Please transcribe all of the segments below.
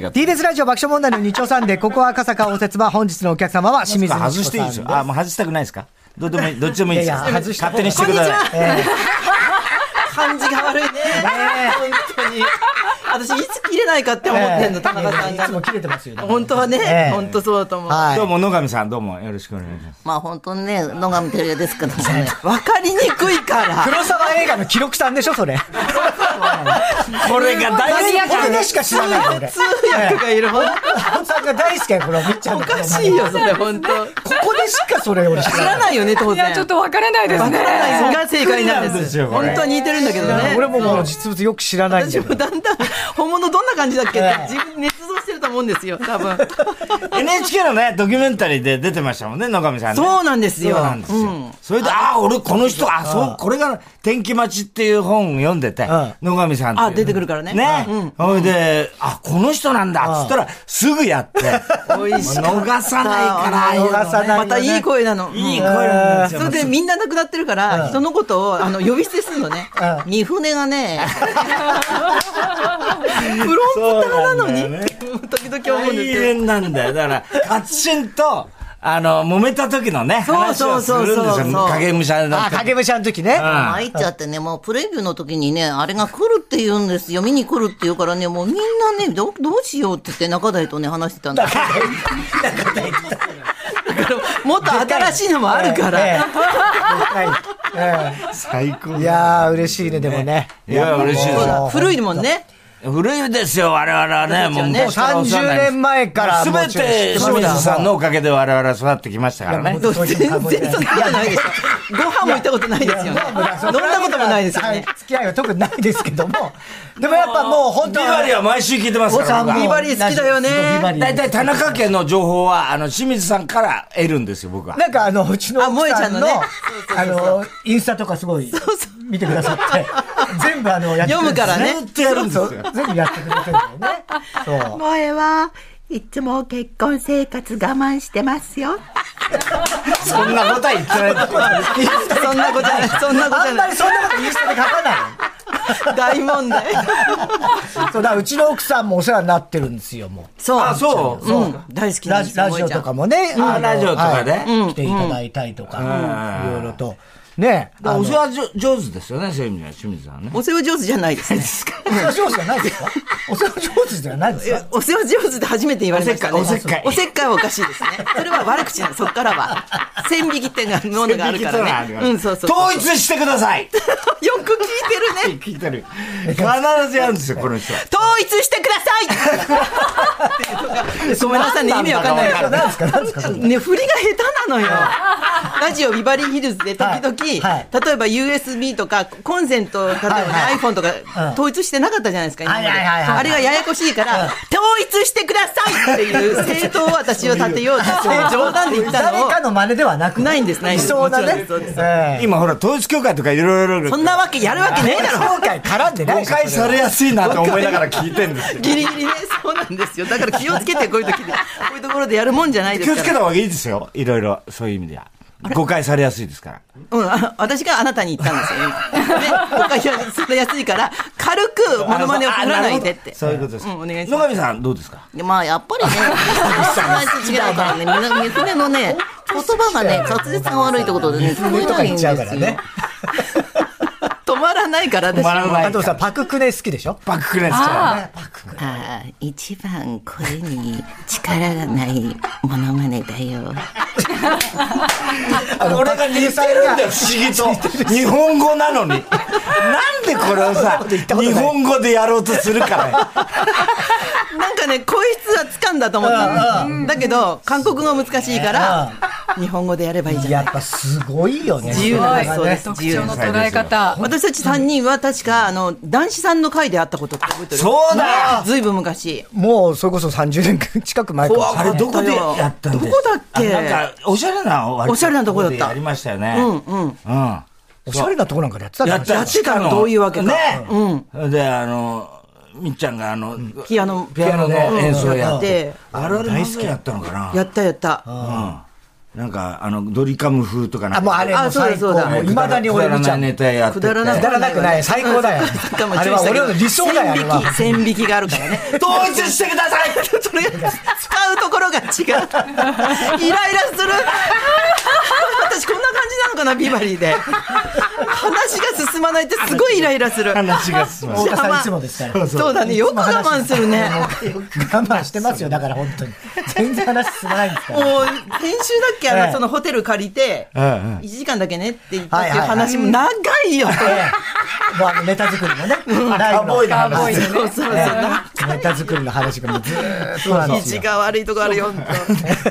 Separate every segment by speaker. Speaker 1: がとう。
Speaker 2: TBS ラジオ爆笑問題の日曜サンデー、ここ赤坂応接場、本日のお客様は清水
Speaker 1: あ
Speaker 2: ミチ
Speaker 1: 外
Speaker 2: コ
Speaker 1: していいで
Speaker 2: さんです
Speaker 1: すよ。あ、もう外したくないですかどっちでもいい、どっちでもいいですよ
Speaker 2: いやいや外した
Speaker 1: 勝手にしてください。
Speaker 3: 感じが悪いね。本当に。 私、いつ切れないかって思ってんの、田中さん
Speaker 2: いつも
Speaker 3: が。
Speaker 2: 切れてますよね。
Speaker 3: 本当は
Speaker 2: ええ
Speaker 3: ね、本当そうだと思う。わ
Speaker 2: は
Speaker 1: どう
Speaker 2: い。
Speaker 1: も野上さんどうもよろしくお願いします。
Speaker 4: まあ本当にね、野上照也ですけども ね。
Speaker 3: かりにくい から。
Speaker 2: 黒沢映画の記録さんでしょ、それ。
Speaker 1: これが大好き。
Speaker 2: これでしか知らないの、俺。
Speaker 3: 通訳がいる。本
Speaker 2: 黒沢が大好きや、このみっちゃん
Speaker 3: 当お
Speaker 2: のこ
Speaker 3: か
Speaker 2: の
Speaker 3: しいよ、それ、本当。
Speaker 2: ここでしかそれ俺知
Speaker 3: 知
Speaker 2: ら
Speaker 3: ら
Speaker 2: ない。
Speaker 3: ないよね、当
Speaker 5: いや、
Speaker 3: 然。
Speaker 5: ちょっとわからないです
Speaker 3: わ
Speaker 5: ね。
Speaker 3: からないが正解なんです。
Speaker 1: そうなんですよこれ
Speaker 3: 本当は似てるんだけどね。
Speaker 2: 俺ももう実物よく知らないんだ
Speaker 3: 私
Speaker 2: よ
Speaker 3: も。だんだん、本物どんな感じだっけっ
Speaker 2: ええ
Speaker 3: て、自分に捏造してると思うんですよ、多分。
Speaker 1: NHK のね、ドキュメンタリーで出てましたもんね、野上さんね。
Speaker 3: そうなんですよ。
Speaker 1: そうなんですよ。それで、ああ、俺この人、あ、そう、これが天気待ちっていう本を読んでて、
Speaker 2: ん
Speaker 1: 野上さんっていう
Speaker 3: あ出てくるからね
Speaker 1: ね
Speaker 3: うん。
Speaker 1: ほいで、あ、この人なんだ、つったら、すぐやって。
Speaker 3: 美味しかった
Speaker 1: 逃さないからああいうのね
Speaker 2: 逃さないよね
Speaker 3: またいい声なの。
Speaker 1: いい
Speaker 3: うん
Speaker 1: 声なんですよ。
Speaker 3: それでみんな亡くなってるから、人のことを、あの、呼び捨てするのね。
Speaker 4: 三船がね、
Speaker 3: プロンプターなのに
Speaker 1: そうなんだよね、
Speaker 3: 時々思う
Speaker 1: 大
Speaker 3: んですけど。
Speaker 1: 変なんだよ。だから、カツシンと、あの、揉めた時のね、
Speaker 3: そう
Speaker 1: 話
Speaker 3: そ
Speaker 1: を
Speaker 3: う
Speaker 1: す
Speaker 3: そうそう
Speaker 1: るんですよ。影武者だ
Speaker 2: あ、
Speaker 1: った
Speaker 2: 影武者の時ね。
Speaker 4: 参っちゃってね、もうプレビューの時にね、あれが来るって言うんですよ、見に来るって言うからね、もうみんなね、どどうしようって言って中台とね、話してたんだけど
Speaker 3: もっと新しいのもある
Speaker 2: ええ
Speaker 3: から。
Speaker 2: はい
Speaker 1: 最高
Speaker 2: ええいやー、嬉しいね、でもね。
Speaker 1: いや、嬉しいで
Speaker 3: そう
Speaker 1: すよ。
Speaker 3: だ古いもんね。
Speaker 1: 古いですよ、我々はね。もう
Speaker 2: もう30年前から
Speaker 1: す
Speaker 2: も
Speaker 1: べ
Speaker 2: うちょっと知って
Speaker 1: て、
Speaker 2: ます
Speaker 1: 清水さんのおかげで我々は育ってきましたからね。
Speaker 3: 全然そんなことないでしょ。ご飯も行ったことないですよね。飲んだこともないですよ
Speaker 2: は
Speaker 3: ね。
Speaker 2: 付き合いは特にないですけ ども。でもやっぱもう本当
Speaker 1: ビバリは毎週聞いてます
Speaker 2: お
Speaker 1: から。
Speaker 2: さん
Speaker 1: 僕
Speaker 2: も
Speaker 1: は
Speaker 3: ビバリー好きだよね
Speaker 2: ビバリー
Speaker 1: 大体田中家の情報は、あの、清水さんから得るんですよ、僕は。
Speaker 2: なんかあの、うちの
Speaker 3: あ
Speaker 2: 奥
Speaker 3: 萌えち
Speaker 2: さ
Speaker 3: ゃ
Speaker 2: ん
Speaker 3: ん
Speaker 2: の、
Speaker 3: の
Speaker 2: あ
Speaker 3: ね
Speaker 2: の、インスタとかすごい見てくださ って、全部あの、やってくれて
Speaker 3: 読むからね
Speaker 1: ずっとやるんです
Speaker 2: そ
Speaker 1: よ
Speaker 2: う。全部やってくれてるんだよ ね。そう。
Speaker 6: 萌えはいつも結婚生活我慢してますよ。
Speaker 1: そんなことは言ってない。
Speaker 3: そんなことない。そんなこと
Speaker 2: あんま
Speaker 3: な
Speaker 2: りそんなことインスタで書かない。
Speaker 3: い。大問題。
Speaker 2: そうだ、うちの奥さんもお世話になってるんですよ、も
Speaker 3: そう。
Speaker 1: あ、 そう。
Speaker 3: うん。大好
Speaker 2: う。
Speaker 3: きな
Speaker 2: ラ
Speaker 3: んで
Speaker 2: ジ
Speaker 3: すよ。
Speaker 2: ラジオとかもね、あの
Speaker 1: ラジオとかね
Speaker 2: はい来ていただいたりとか、いろいろと。ねえ。
Speaker 1: お世話じょ上手ですよね、そういう意味では、清水さんね。
Speaker 3: お世話上手じゃない ですね。
Speaker 2: お世話上手じゃない ですかお世話上手じゃないですか
Speaker 3: お世話上手で初めて言われましたね。
Speaker 1: おせっかいおせっかい
Speaker 3: おせっかいはおかしいですね。それは悪口なの、そっからは。線引きっていうものがあるからね。うん、そうそうそう。
Speaker 1: 統一してくださ い
Speaker 3: よく聞いてるね。
Speaker 1: 聞いてる。必ずやるんですよ、この人は。
Speaker 3: 統一してくださ いっていうのがごめんなさいね、意味わかんない
Speaker 1: なんだろう
Speaker 2: 何ですか何ですか
Speaker 3: ね、振りが下手 なのよ。ラジオビバリーヒルズで時々、
Speaker 2: はいはい
Speaker 3: 例えば USB とか、コンセント、例えばね、
Speaker 2: はいはい
Speaker 3: iPhone と
Speaker 2: うん
Speaker 3: か、統一してなかったじゃないですか、今まで。
Speaker 2: はいはいはいはい
Speaker 3: あれがややこしいから、統一してくださいっていう政党を私を立てよ うと、冗談で言った
Speaker 2: 誰
Speaker 3: のを
Speaker 2: か。の真似ではなく。
Speaker 3: ないんですない
Speaker 2: い
Speaker 3: んです
Speaker 2: そうだ
Speaker 3: そう
Speaker 2: ね
Speaker 3: ですそうです。
Speaker 2: ええ
Speaker 1: 今ほら、統一教会とかいろいろ、
Speaker 3: そんなわけやるわけねえだろ。
Speaker 2: 今回絡んでない
Speaker 1: 誤
Speaker 2: でしょ
Speaker 1: 解されやすいなと思いながら聞いてるん ですよ。
Speaker 3: ギリギリね、そうなんですよ。だから気をつけて、こういう時で。こういうところでやるもんじゃないで
Speaker 1: 気
Speaker 3: す
Speaker 1: を
Speaker 3: か
Speaker 1: つ
Speaker 3: ら。
Speaker 1: けた方がいいですよ、いろいろ、そういう意味では。誤解されやすいですから。
Speaker 3: うん、あ私があなたに言ったんですよ、今。ね、誤解がされやすいから、軽くモノマネを振らないでって。
Speaker 1: そういうことです。
Speaker 3: うんお願いし
Speaker 1: 野
Speaker 3: ます
Speaker 1: 上さん、どうですか
Speaker 4: でまあやっぱりね、話違うからね、みんな三船のね、言葉がね、滑舌が悪いってことでね、聞こえ
Speaker 2: と
Speaker 4: な
Speaker 2: か
Speaker 4: い
Speaker 2: 言
Speaker 4: ん
Speaker 2: っ
Speaker 4: です
Speaker 2: ちゃ
Speaker 4: よ
Speaker 2: うから。ね。
Speaker 3: 止まらないから、私
Speaker 1: 止まらない
Speaker 2: あとさ、パククネ好きでしょ
Speaker 1: バッククレンスから。
Speaker 4: ああ、一番声に力がないものまねだよ。
Speaker 1: 俺が似てるんだよ、不思 議と。日本語なのに。なんでこれをさ、日本語でやろうとするからよ。
Speaker 3: なんかね、こいつは掴んだと思ったの。だけど、韓国語難しいから、日本語でやればいいじゃ
Speaker 2: や
Speaker 3: ん。
Speaker 2: っぱすごいよね。
Speaker 3: 自由な発想です
Speaker 5: 特徴の捉え方。
Speaker 3: 私たち3人は確か、あの、男子さんの会で会ったことって覚えてる
Speaker 1: そうだよ
Speaker 3: ずいぶん昔。
Speaker 2: もうそれこそ30年近く前かもしれ
Speaker 1: あ
Speaker 2: ない
Speaker 1: れどこでやったんですか
Speaker 3: どこだっけ
Speaker 1: あなんか、おしゃれな割と
Speaker 3: おしゃれなとこだった
Speaker 1: でやりましたよね。
Speaker 3: うんうん
Speaker 1: うん。
Speaker 2: おしゃれなとこなんかでやってた
Speaker 1: や
Speaker 2: か
Speaker 1: っ
Speaker 2: ら
Speaker 1: た
Speaker 2: ね
Speaker 3: やってたのどういうわけか
Speaker 1: ね
Speaker 3: う
Speaker 1: で、あの、みっちゃんがあの、
Speaker 3: ピアノ
Speaker 1: ピアノの演奏やって。
Speaker 3: う
Speaker 1: あれあれ大好きやったのかな
Speaker 3: やったやった。
Speaker 1: うんなんか、あの、ドリカム風とかなんか。
Speaker 2: あ、もうあれ、も
Speaker 3: あ
Speaker 2: う
Speaker 3: そう
Speaker 2: 最
Speaker 3: だ
Speaker 2: 高。
Speaker 3: そうだ
Speaker 2: もう未だに俺見ち
Speaker 1: くだ
Speaker 2: ゃう。
Speaker 1: らないネタやってて。
Speaker 3: くだらない
Speaker 2: くだらなくない。最高だよ。あれは俺の理想だよ、あれは。
Speaker 3: 線引き線引きがあるからね。
Speaker 1: 統一してください
Speaker 3: それ使うところが違う。イライラする。私こんな感じなのかなビバリーで。話が進まないってすごいイライラする。
Speaker 1: 話が進まない
Speaker 2: 大田さんいつもですから。
Speaker 3: そうだね。よく我慢するね。
Speaker 2: 我慢してますよ、だから本当に。全然話進まないんですか
Speaker 3: もう
Speaker 2: ら。
Speaker 3: 先週だっけあ
Speaker 2: ええ
Speaker 3: のそのホテル借りて
Speaker 1: ええええ
Speaker 3: 1時間だけねって言ったっていう
Speaker 2: はいはいはい
Speaker 3: 話も長いよ。
Speaker 2: ええもうあのネタ作りのね、ライブ
Speaker 1: カウボーイの話
Speaker 2: カウボーイのね
Speaker 3: そうそうそう
Speaker 2: ええネタ作りの話がもうずーっとなんです
Speaker 3: 口
Speaker 2: よ。
Speaker 3: が悪いとこあるよ。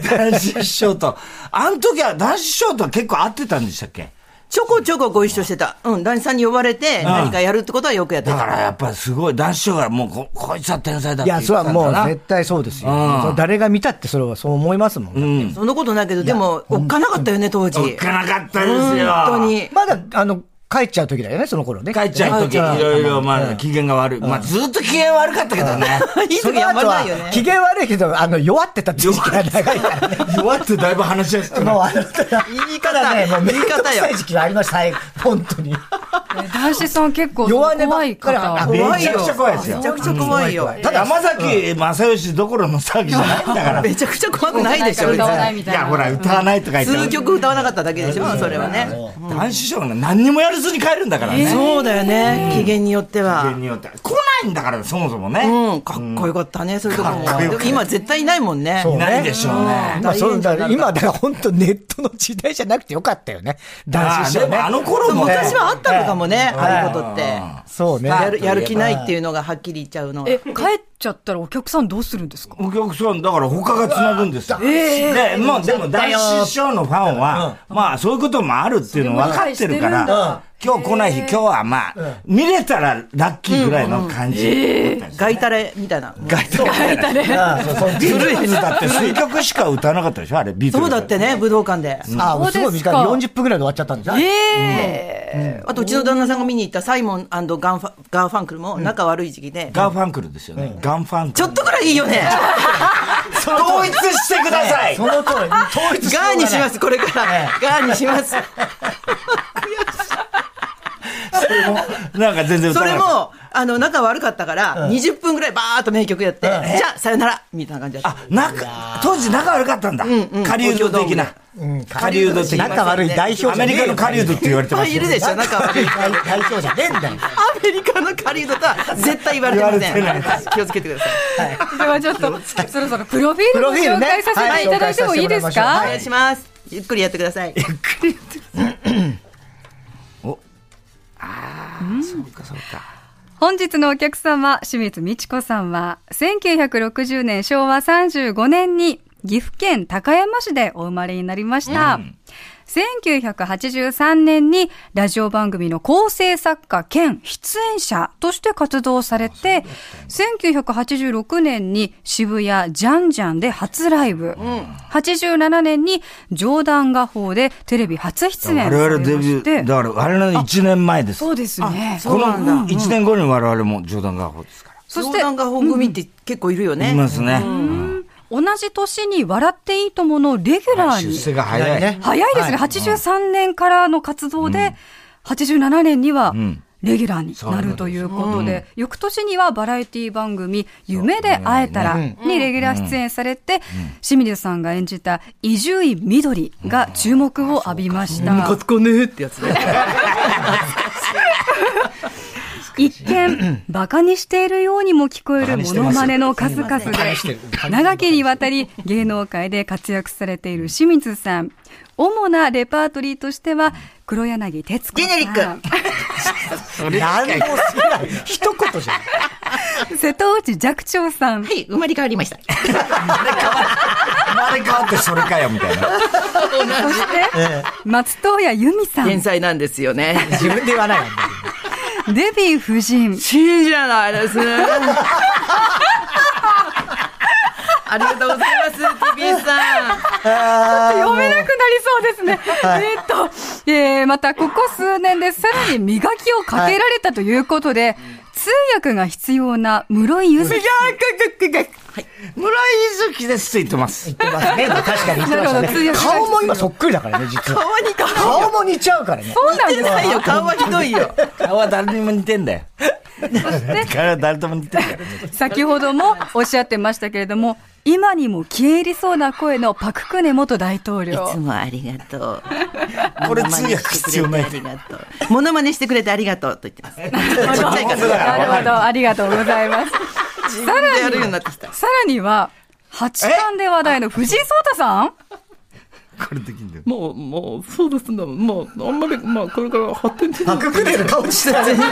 Speaker 1: 男子師匠と。あの時は、男子師匠とは結構会ってたんでしたっけ
Speaker 3: ちょこちょこご一緒してた。うん、ダニさんに呼ばれて何かやるってことはよくやって
Speaker 1: だ
Speaker 3: た。
Speaker 1: からやっぱりすごい、男子師匠がもうこ、こいつは天才だっ
Speaker 2: い
Speaker 1: て言っ
Speaker 2: や、
Speaker 1: て
Speaker 2: それ
Speaker 1: た
Speaker 2: は
Speaker 1: んだな。
Speaker 2: もう絶対そうですよ。
Speaker 1: うん
Speaker 2: そう誰が見たってそれはそう思いますもん。
Speaker 3: そんなことないけど、でも、おっかなかったよね、当時。
Speaker 1: おっかなかったですよ。
Speaker 3: 本当。に。
Speaker 2: まだ、あの、帰っちゃう時だよね、その頃ね。
Speaker 1: 帰っちゃう時、いろいろ、まあ、機嫌が悪い。まあ、ずっと機嫌悪かったけどね。
Speaker 3: いい
Speaker 2: そ
Speaker 3: 時
Speaker 2: の
Speaker 3: やんま
Speaker 2: 後
Speaker 3: ないよ
Speaker 2: は、
Speaker 3: ね。
Speaker 2: 機嫌悪いけど、あの、弱ってたって時期が長いからね。
Speaker 1: 弱ってだいぶ話しやすく
Speaker 2: もう、あの、ただ
Speaker 3: 言い
Speaker 2: た
Speaker 3: 方
Speaker 2: だね、もう、め
Speaker 3: 言い
Speaker 2: んどく
Speaker 3: 方よ
Speaker 2: さい時期がありました、最後本当に。
Speaker 5: 男子さん結構
Speaker 2: 弱
Speaker 5: 怖
Speaker 2: 音ばっ
Speaker 5: い
Speaker 2: かりあ
Speaker 5: 方。
Speaker 1: め
Speaker 3: 怖い
Speaker 1: ち
Speaker 3: よ
Speaker 1: ゃくちゃ怖いですよ
Speaker 3: めち。ゃくちゃ怖いよ。
Speaker 1: ただ、山崎正義どころの騒ぎじゃないんだから。
Speaker 3: めちゃくちゃ怖くないでしょ、別
Speaker 5: 歌わ
Speaker 3: に
Speaker 5: ないみ
Speaker 1: い
Speaker 5: たいな。
Speaker 1: や、ほら、歌わないとか言っ
Speaker 3: 数
Speaker 1: て。
Speaker 3: 曲歌わなかっただけでしょ、それはね。
Speaker 1: 男子師匠が何にもやるずに帰るんだからね。
Speaker 3: そうだよね、機嫌によって
Speaker 1: 人
Speaker 3: は。
Speaker 1: によって。来ないんだから、そもそもね。
Speaker 3: うん、かっこよかったね、そういうとこも
Speaker 1: かっこよかっ。た
Speaker 3: でも今絶対いないもんね。
Speaker 1: いないでしょうね。
Speaker 2: まあ、そうだから、今、だから本当ネットの時代じゃなくてよかったよね。男
Speaker 1: あ
Speaker 2: 子師
Speaker 1: で
Speaker 2: 匠ね
Speaker 1: もあ。の頃もね。
Speaker 3: 昔はあったのかもね、ああいうことって。
Speaker 2: そうね。
Speaker 3: やるやる気ないっていうのがはっきり言っちゃうのが
Speaker 5: え、帰っちゃったらお客さんどうするん ですか
Speaker 1: お客さん、だから他が繋ぐんですよ。で、もうでも男子師匠のファンは、まあそういうこともあるっていうの分かってるか
Speaker 5: それも理解してるん
Speaker 1: ら
Speaker 5: だ、
Speaker 1: 今日来ない日、今日はまあ、見れたらラッキーぐらいの感じ。
Speaker 3: ガイタレみたいな。
Speaker 1: 外と
Speaker 2: ああそうそう
Speaker 1: ビートルズだって数曲しか歌わなかったでしょあれ、ビートル
Speaker 3: そう
Speaker 1: ズ。
Speaker 3: だってね、武道館で。
Speaker 2: ああ、すごい短い。
Speaker 5: そうで
Speaker 2: 40分ぐらいで終わっちゃったんじゃん。
Speaker 5: ええ
Speaker 3: あと、うちの旦那さんが見に行ったサイモンガンファガーファンクルも仲悪い時期で、
Speaker 1: ガンファンクルですよね。ガンファンク
Speaker 3: ち
Speaker 1: ル。
Speaker 3: ょっとくらいいいよ ね。
Speaker 1: 統一してください
Speaker 2: その通り。統一
Speaker 3: ガーにします、これから。ガーにします。
Speaker 1: なんか全然歌
Speaker 3: そ
Speaker 1: わな
Speaker 3: れ
Speaker 1: かった
Speaker 3: も、あの、仲悪かったから、20分ぐらいバーっと名曲やって、じゃあ、さよならみたいな感じだった。
Speaker 1: あ、仲、当時仲悪かったんだ。狩人的な。狩人的な。
Speaker 2: 仲悪い代表じゃ
Speaker 1: アメリカの狩人って言われて
Speaker 3: いっ
Speaker 1: ま
Speaker 3: ぱ
Speaker 1: す
Speaker 3: い
Speaker 1: よ
Speaker 3: いるでしょ、仲悪い。
Speaker 2: 代代表じゃねえんだよ。
Speaker 3: アメリカのカリードとは絶対言われてません。
Speaker 1: 言われてない
Speaker 3: 気をつけてください。
Speaker 5: ではちょっと、 そろそろプロフィール
Speaker 2: プロ
Speaker 5: を
Speaker 2: フィール
Speaker 5: 紹
Speaker 2: ね
Speaker 5: 介させていただいてもいいです
Speaker 2: は
Speaker 5: か
Speaker 3: お願いします。ゆっくりやってください。
Speaker 5: 本日のお客様、清水美智子さんは、1960年昭和35年に岐阜県高山市でお生まれになりました。1983年にラジオ番組の構成作家兼出演者として活動されて、1986年に渋谷ジャンジャンで初ライブ、87年に冗談画法でテレビ初出演さ
Speaker 1: 我
Speaker 5: れ
Speaker 1: 々
Speaker 5: ま
Speaker 1: デビュ
Speaker 5: し
Speaker 1: ー、
Speaker 5: て、
Speaker 1: だから我々の1年前です。
Speaker 5: そうですね。
Speaker 1: この1年後に我々も冗談が法ですから。
Speaker 3: そ
Speaker 5: そし
Speaker 3: してて、が本組って結構いるよ
Speaker 1: い
Speaker 3: ね。
Speaker 1: ますね。
Speaker 5: 同じ年に「笑っていいとも!」のレギュラー
Speaker 1: 出
Speaker 5: に
Speaker 1: 世が早い。
Speaker 2: ね
Speaker 5: 早いですね、83年からの活動で、87年にはレギュラーになるということで、翌年にはバラエティ番組、夢で会えたらにレギュラー出演されて、清水さんが演じた伊集院みどりが注目を浴びました。
Speaker 3: コヌーってやつね。
Speaker 5: 一見、馬鹿にしているようにも聞こえるモノマネの数々で、長きにわたり芸能界で活躍されている清水さん。主なレパートリーとしては、黒柳徹子さん。
Speaker 4: ジェネリッ
Speaker 2: 何もすぎない。一言じゃん。
Speaker 5: 瀬戸内寂聴 さん。
Speaker 4: い、生まれ変わりました。
Speaker 1: 生まれ変わってそれかよ、みたいな。
Speaker 5: そして、松任谷由実さん。デ
Speaker 3: 天才なんですよね。
Speaker 2: 自分で言わないわ
Speaker 5: ヴィ夫人。
Speaker 3: 信じられな いですね。ありがとうございます、TBS さん。
Speaker 5: 読めなくなりそうですね。えーっと、で、またここ数年でさらに磨きをかけられたということで、通訳が必要な室井ゆずき
Speaker 1: 村井ゆずきですって言ってます。
Speaker 2: 言ってますね。まあ確かに言ってました
Speaker 5: なるほど通訳
Speaker 2: ね。
Speaker 5: が
Speaker 2: 顔も今そっくりだからね、実は。
Speaker 3: 顔に顔
Speaker 2: 顔も似ちゃうからね。
Speaker 5: そうなん
Speaker 3: 似てないよ。顔はひどいよ。
Speaker 1: 顔は誰にも似てんだよ。顔は誰とも似てんだよ。
Speaker 5: 先ほどもおっしゃってましたけれども、今にも消え入りそうな声のパククネ元大統領。
Speaker 4: いつもありがとう。
Speaker 1: これ通訳必要ない
Speaker 4: モノマネしてくれてありがとう。モノマネしてくれてありがとうと言ってます。
Speaker 1: ちっちゃいから
Speaker 5: なるほど、ありがとうございます。
Speaker 3: 自分でやるようになってきた。
Speaker 5: さらには、八冠で話題の藤井聡太さん
Speaker 1: これできんだよ。
Speaker 7: もう、もう、そうですね。もう、あんまり、まあ、これから発展的に
Speaker 2: パ。ククネの顔してた全然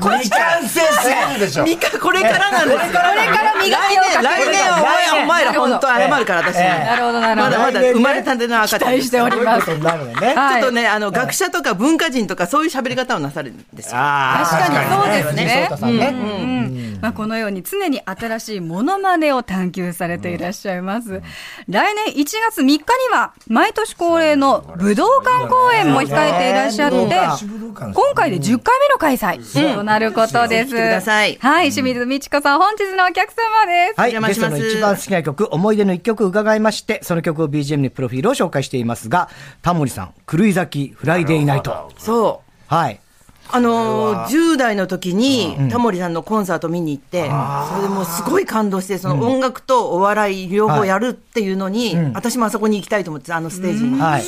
Speaker 1: 未完成すぎるでしょ。
Speaker 3: ミカ、これからなんですよ。これ
Speaker 5: から磨きをかける
Speaker 3: 来年、来年は
Speaker 2: 来
Speaker 3: お前、
Speaker 2: 年
Speaker 3: お前ら
Speaker 5: なるほど
Speaker 3: 本当謝るから、私。
Speaker 5: なるほど、なる
Speaker 3: ま
Speaker 5: ほ
Speaker 3: だ
Speaker 5: ど。
Speaker 3: まだ
Speaker 2: 来年ね
Speaker 3: 生まれたての赤
Speaker 5: 期
Speaker 3: ちゃんで
Speaker 5: 待
Speaker 3: す。
Speaker 5: し
Speaker 3: ち
Speaker 5: ており
Speaker 2: こ
Speaker 5: ま
Speaker 2: と
Speaker 5: す。
Speaker 2: になるのね。
Speaker 5: は
Speaker 3: ょ
Speaker 5: い
Speaker 3: っとね、あの、学者とか文化人とかそういう喋り方をなさるんですよ。
Speaker 1: あ
Speaker 5: 確かにそうです
Speaker 2: 藤井聡
Speaker 5: ね
Speaker 2: 太。さんね。
Speaker 5: うんまあ、このように常に新しいモノマネを探求されていらっしゃいます。来年1月3日には、毎年恒例の武道館公演も控えていらっしゃって、今回で10回目の開催となることで
Speaker 3: 来
Speaker 5: す。
Speaker 3: てください
Speaker 5: はい、清水美智子さん、本日のお客様です。
Speaker 2: はい、
Speaker 3: お邪魔
Speaker 2: ゲス
Speaker 3: し
Speaker 2: ト
Speaker 3: ます
Speaker 2: の一番好きな曲、思い出の一曲伺いまして、その曲を BGM にプロフィールを紹介していますが、タモリさん、狂い咲き、フライデーナイト。
Speaker 3: そう。
Speaker 2: はい。
Speaker 3: あのー、10代の時に、タモリさんのコンサート見に行って、それでもうすごい感動して、その音楽とお笑い両方やるっていうのに、私もあそこに行きたいと思って、あのステージに。
Speaker 2: はい。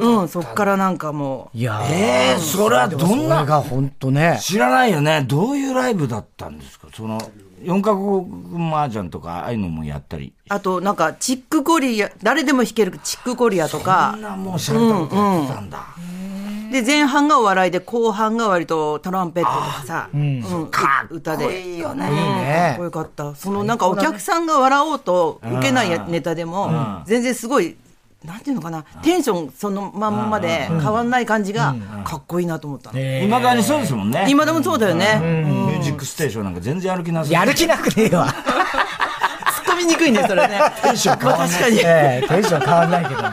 Speaker 3: うん、そっからなんかもう。
Speaker 2: いやー
Speaker 1: ええ、それはどん
Speaker 2: それ
Speaker 1: な、
Speaker 2: が本当ね。
Speaker 1: 知らないよね。どういうライブだったんですかその、四カ国麻雀とか、ああいうのもやったり。
Speaker 3: あと、なんか、チックコリア、誰でも弾けるチックコリアと
Speaker 1: あ
Speaker 3: か
Speaker 1: ん、なもうしゃれたことやってたんだ。
Speaker 3: で、前半がお笑いで、後半が割とトランペットとかさ、うん、歌で。いいよね。かっこよかった。その、なんかお客さんが笑おうと、受けないやネタでも、全然すごい、なんていうのかな、テンションそのまんまで変わんない感じが、かっこいいなと思ったの。
Speaker 1: 今だにそうですもんね。
Speaker 3: 今でもそうだよね。
Speaker 1: ミュージックステーションなんか全然やる気なさ
Speaker 2: やる気なくねえ わ。
Speaker 3: 突っ込みにくいね、 それね。テンション変わ確かに。変
Speaker 2: ええテンション変わんないけども。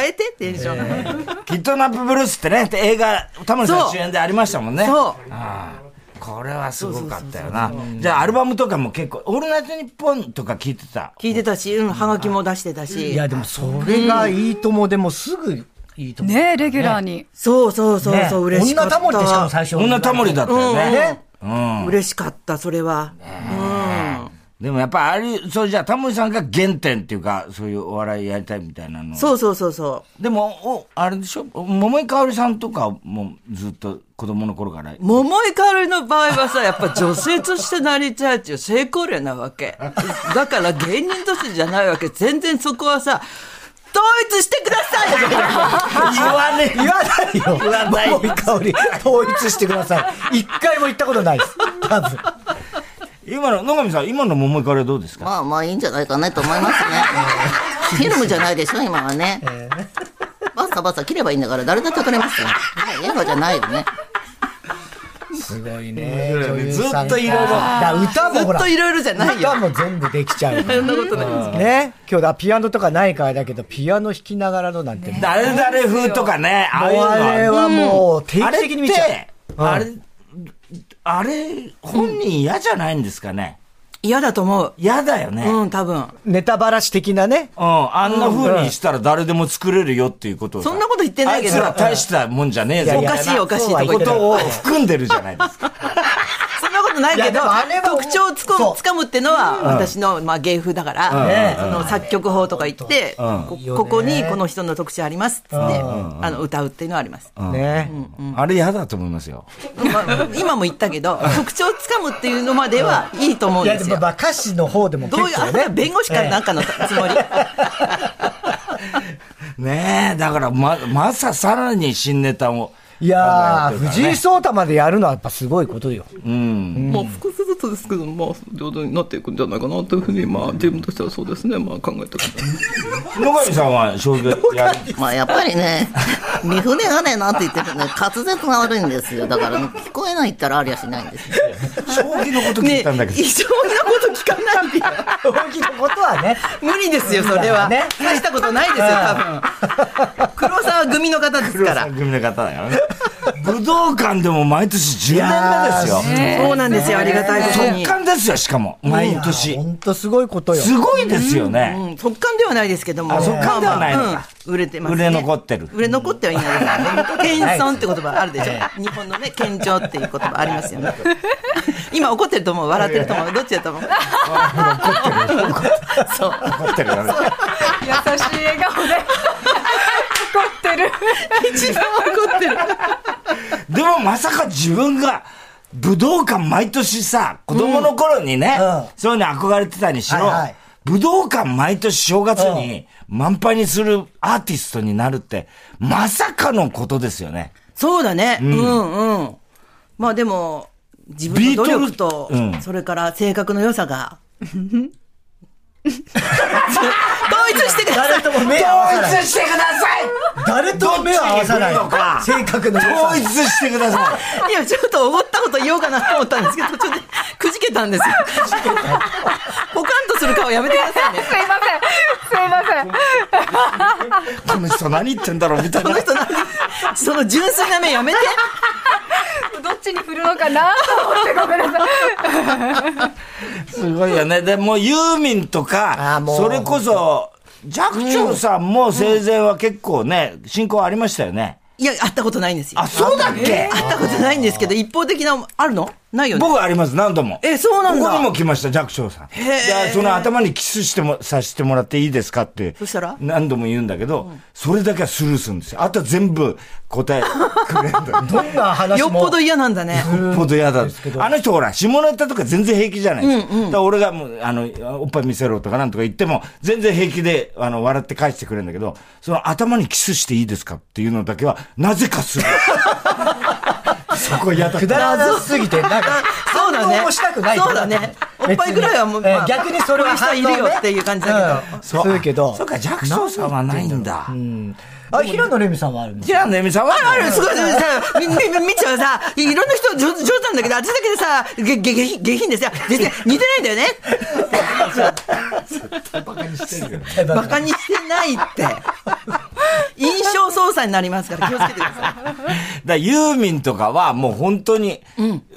Speaker 3: えて、テンション。
Speaker 1: キットナップブルースってね、映画、タモリさん主演でありましたもんね。
Speaker 3: そう
Speaker 1: ああこれはすごかったよな。じゃあ、アルバムとかも結構、オールナイトニッポンとか聞いてた。
Speaker 3: 聞いてたし、うん、はがきも出してた
Speaker 2: い
Speaker 3: し。
Speaker 2: や、でもそれがいいともでもすぐいいとも。
Speaker 5: ねえレギュラーに。
Speaker 3: そうそうそう
Speaker 2: ね
Speaker 3: そう、嬉しかっ
Speaker 2: 女
Speaker 3: た。
Speaker 2: タモリでしかも最初。
Speaker 1: 女タモリだったよね。うん。
Speaker 3: 嬉しかった、それは。
Speaker 1: でもやっぱあり、そうじゃあタモリさんが原点っていうか、そういうお笑いやりたいみたいなの。
Speaker 3: そうそうそうそ
Speaker 1: でも、お、あれでしょ桃井かおりさんとかもずっと子供の頃から。
Speaker 3: う。桃井かおりの場合はさ、やっぱ女性としてなりたいっていう成功例なわけ。だから芸人としてじゃないわけ。全然そこはさ、統一してくださいよ
Speaker 1: 言わね
Speaker 2: 言わないよ。言わない。香り、統一してください。一回も言ったことないです。多分。
Speaker 1: え。今の、野上さん、今の桃井かおりはどうですか
Speaker 4: まあまあいいんじゃないかなと思い ますね。フィルムじゃないでしょ、今はね。バサバサ切ればいいんだから誰だって撮れますよ。はい映画じゃないよね。
Speaker 2: すごいね。女優
Speaker 1: ずっ
Speaker 2: さん
Speaker 1: といろいろ
Speaker 2: だから歌も
Speaker 3: ず
Speaker 2: ほ
Speaker 3: っ
Speaker 2: ら
Speaker 3: と。いろいろじゃないよ
Speaker 2: 歌。も全部できちゃう。
Speaker 3: そんなことない。
Speaker 2: ね。今日だ、ピアノとかないからだけど、ピアノ弾きながらのなんて。もう
Speaker 1: 誰々風とかね、ああいうの
Speaker 2: あれはもう定
Speaker 1: あ
Speaker 2: 期
Speaker 1: れ
Speaker 2: 的に見ちゃう。
Speaker 1: あれ、あれ、本人嫌じゃないんですかね。
Speaker 3: 嫌だと思う。
Speaker 1: 嫌だよね。うん。
Speaker 3: うん、多分。
Speaker 2: ネタばらし的なね。
Speaker 1: あんな風にしたら誰でも作れるよっていうことをさ
Speaker 3: そんなこと言ってないけど
Speaker 1: あいつら大したもんじゃねえぞ
Speaker 2: いや
Speaker 1: みた
Speaker 3: お
Speaker 1: な
Speaker 3: かしいおかしいと
Speaker 2: そうは
Speaker 3: か
Speaker 2: 言
Speaker 3: 言
Speaker 1: こ
Speaker 2: って
Speaker 1: と
Speaker 3: って。
Speaker 1: を含んでるじゃないですか。
Speaker 3: そんなことない
Speaker 2: いや
Speaker 3: け
Speaker 2: で
Speaker 3: ど
Speaker 2: もあれは、
Speaker 3: 特徴をつ
Speaker 2: そ
Speaker 3: こ
Speaker 2: う
Speaker 3: つかむってのは、私の、まあ、芸風だから、その作曲法とか言って、こここにこの人の特徴ありますっつって、あの、歌うっていうのはあります。
Speaker 2: ね。
Speaker 1: あれ嫌だと思いますよ。
Speaker 3: まあ今も言ったけど、特徴をつかむっていうのまではいいと思うん
Speaker 2: いや、
Speaker 3: で
Speaker 2: ですも
Speaker 3: よ
Speaker 2: ま。あ歌詞の方でも
Speaker 3: ど
Speaker 2: 結
Speaker 3: ういう、あ
Speaker 2: 構
Speaker 3: なた
Speaker 2: ね。
Speaker 3: 弁護士かなんかのつもり
Speaker 1: ねえ、だからま、まささらに新ネタを
Speaker 2: いやー、藤井聡太までやるのはやっぱすごいことよ。
Speaker 7: まあ、複数ずつですけど、まあ、上手になっていくんじゃないかなというふうに、まあ、自分としてはそうですね、まあ、考えてくだ
Speaker 1: 野上さんは将棋やる。
Speaker 4: まあやっぱり ね、三船がね、なんて言ってるね、滑舌が悪いんですよ。だから、ね、聞こえないったらありゃしないんですよ。
Speaker 1: 将棋のこと聞いたんだけど。
Speaker 3: 異常なこと聞かないでよ。
Speaker 2: 将棋のことはね、
Speaker 3: 無理ですよ、それは。
Speaker 2: ね
Speaker 3: 大したことないですよ、多分。黒沢組の方です
Speaker 1: 黒
Speaker 3: か
Speaker 1: さ
Speaker 3: ら
Speaker 1: ん。組の方だからね。武道館でも毎年10年目ですよ。
Speaker 3: そうなんですよ、ありがたいこと
Speaker 1: 速
Speaker 3: に。
Speaker 1: 乾ですよ、しかも。毎年
Speaker 2: ほ。んとすごいことよ。
Speaker 1: すごいですよね。
Speaker 3: うん、速乾ではないですけども。
Speaker 1: あ速乾ではないのか
Speaker 3: まあまあうん売れてます、
Speaker 1: 売
Speaker 3: ね。
Speaker 1: れ残ってる
Speaker 3: 売れ残ってはいないですね。謙遜って言葉あるでしょ。日本のね、謙譲っていう言葉ありますよね。今怒ってると思う。笑ってると思う。どっちだと思う。
Speaker 1: 残ってるよね。
Speaker 5: 優しい笑顔で怒ってる。
Speaker 3: 一番怒ってる。
Speaker 1: でもまさか自分が、武道館毎年さ、子供の頃にね、
Speaker 2: うん
Speaker 1: そういうの憧れてたにしろ、
Speaker 2: はいはい
Speaker 1: 武道館毎年正月に満杯にするアーティストになるって、まさかのことですよね。
Speaker 3: そうだね。うん、うん。まあでも、自分の努力と
Speaker 1: ビートルうん、
Speaker 3: それから性格の良さが。統一してください。
Speaker 2: 誰とも目合わさ
Speaker 1: 統
Speaker 2: ない
Speaker 1: 一。してください
Speaker 2: 誰とも目を合わさない
Speaker 1: どっちに来るのか。
Speaker 2: 性格の良さ
Speaker 1: 統一してくださ い
Speaker 3: いや、ちょっとおごったこと言おうかなと思ったんですけど、ちょっとくじけたんですよ。ポカンとする顔やめてくださいね。
Speaker 5: すいません。すいません。
Speaker 1: この人何言ってんだろうみたいな
Speaker 3: この。人何その純粋な目やめて。
Speaker 5: どっちに振るのかなと思ってごめんなさい。
Speaker 1: すごいよね。でもうユーミンと
Speaker 2: あ
Speaker 1: か
Speaker 2: ー、もう
Speaker 1: それこそ、寂聴さんも生前は結構ね、進行ありましたよね。
Speaker 3: いや、会ったことないんですよ。
Speaker 1: あ、そうだっけ
Speaker 3: 会ったことないんですけど、一方的な、あるのないよね。
Speaker 1: 僕あります、何度も。
Speaker 3: え、そうなんだ。
Speaker 1: ここにも来ました、寂聴さん。でその頭にキスしても、させてもらっていいですかって。
Speaker 3: そしたら
Speaker 1: 何度も言うんだけど、それだけはスルーするんですよ。あとは全部答えくれるんだよ。
Speaker 2: どんな話
Speaker 3: よ
Speaker 2: も。
Speaker 3: っぽど嫌なんだね。
Speaker 1: よっぽど嫌だ。あの人ほら、下ネタとか全然平気じゃないですか。だから俺がもう、あの、おっぱい見せろとかなんとか言っても、全然平気で、あの、笑って返してくれるんだけど、その頭にキスしていいですかっていうのだけは、なぜかする。そこ嫌だっ
Speaker 2: く
Speaker 1: た。
Speaker 2: だらなすぎて、なんか、
Speaker 3: そうだね
Speaker 2: 反応もしたくない
Speaker 3: そうだね
Speaker 2: 別に
Speaker 3: おっぱいぐらいはもう
Speaker 2: えー
Speaker 3: まあ
Speaker 2: 逆にそれは
Speaker 3: こういう人いるよっていう感じだけ
Speaker 2: ど。うんそうだけど。
Speaker 1: そうか、弱小さんはないんだ。
Speaker 2: あ、平野レミさんはあるんです
Speaker 1: 平野レミさんは
Speaker 3: あるすごい、さ、み、み、みちゃんはさ、いろんな人上手上手なんだけど、私だけでさ、げ、げ、下品、下品でさ、全然似てないんだよね。バカにしてないって。印象操作になりますから気をつけてくださ い。
Speaker 1: だからユーミンとかはもう本当に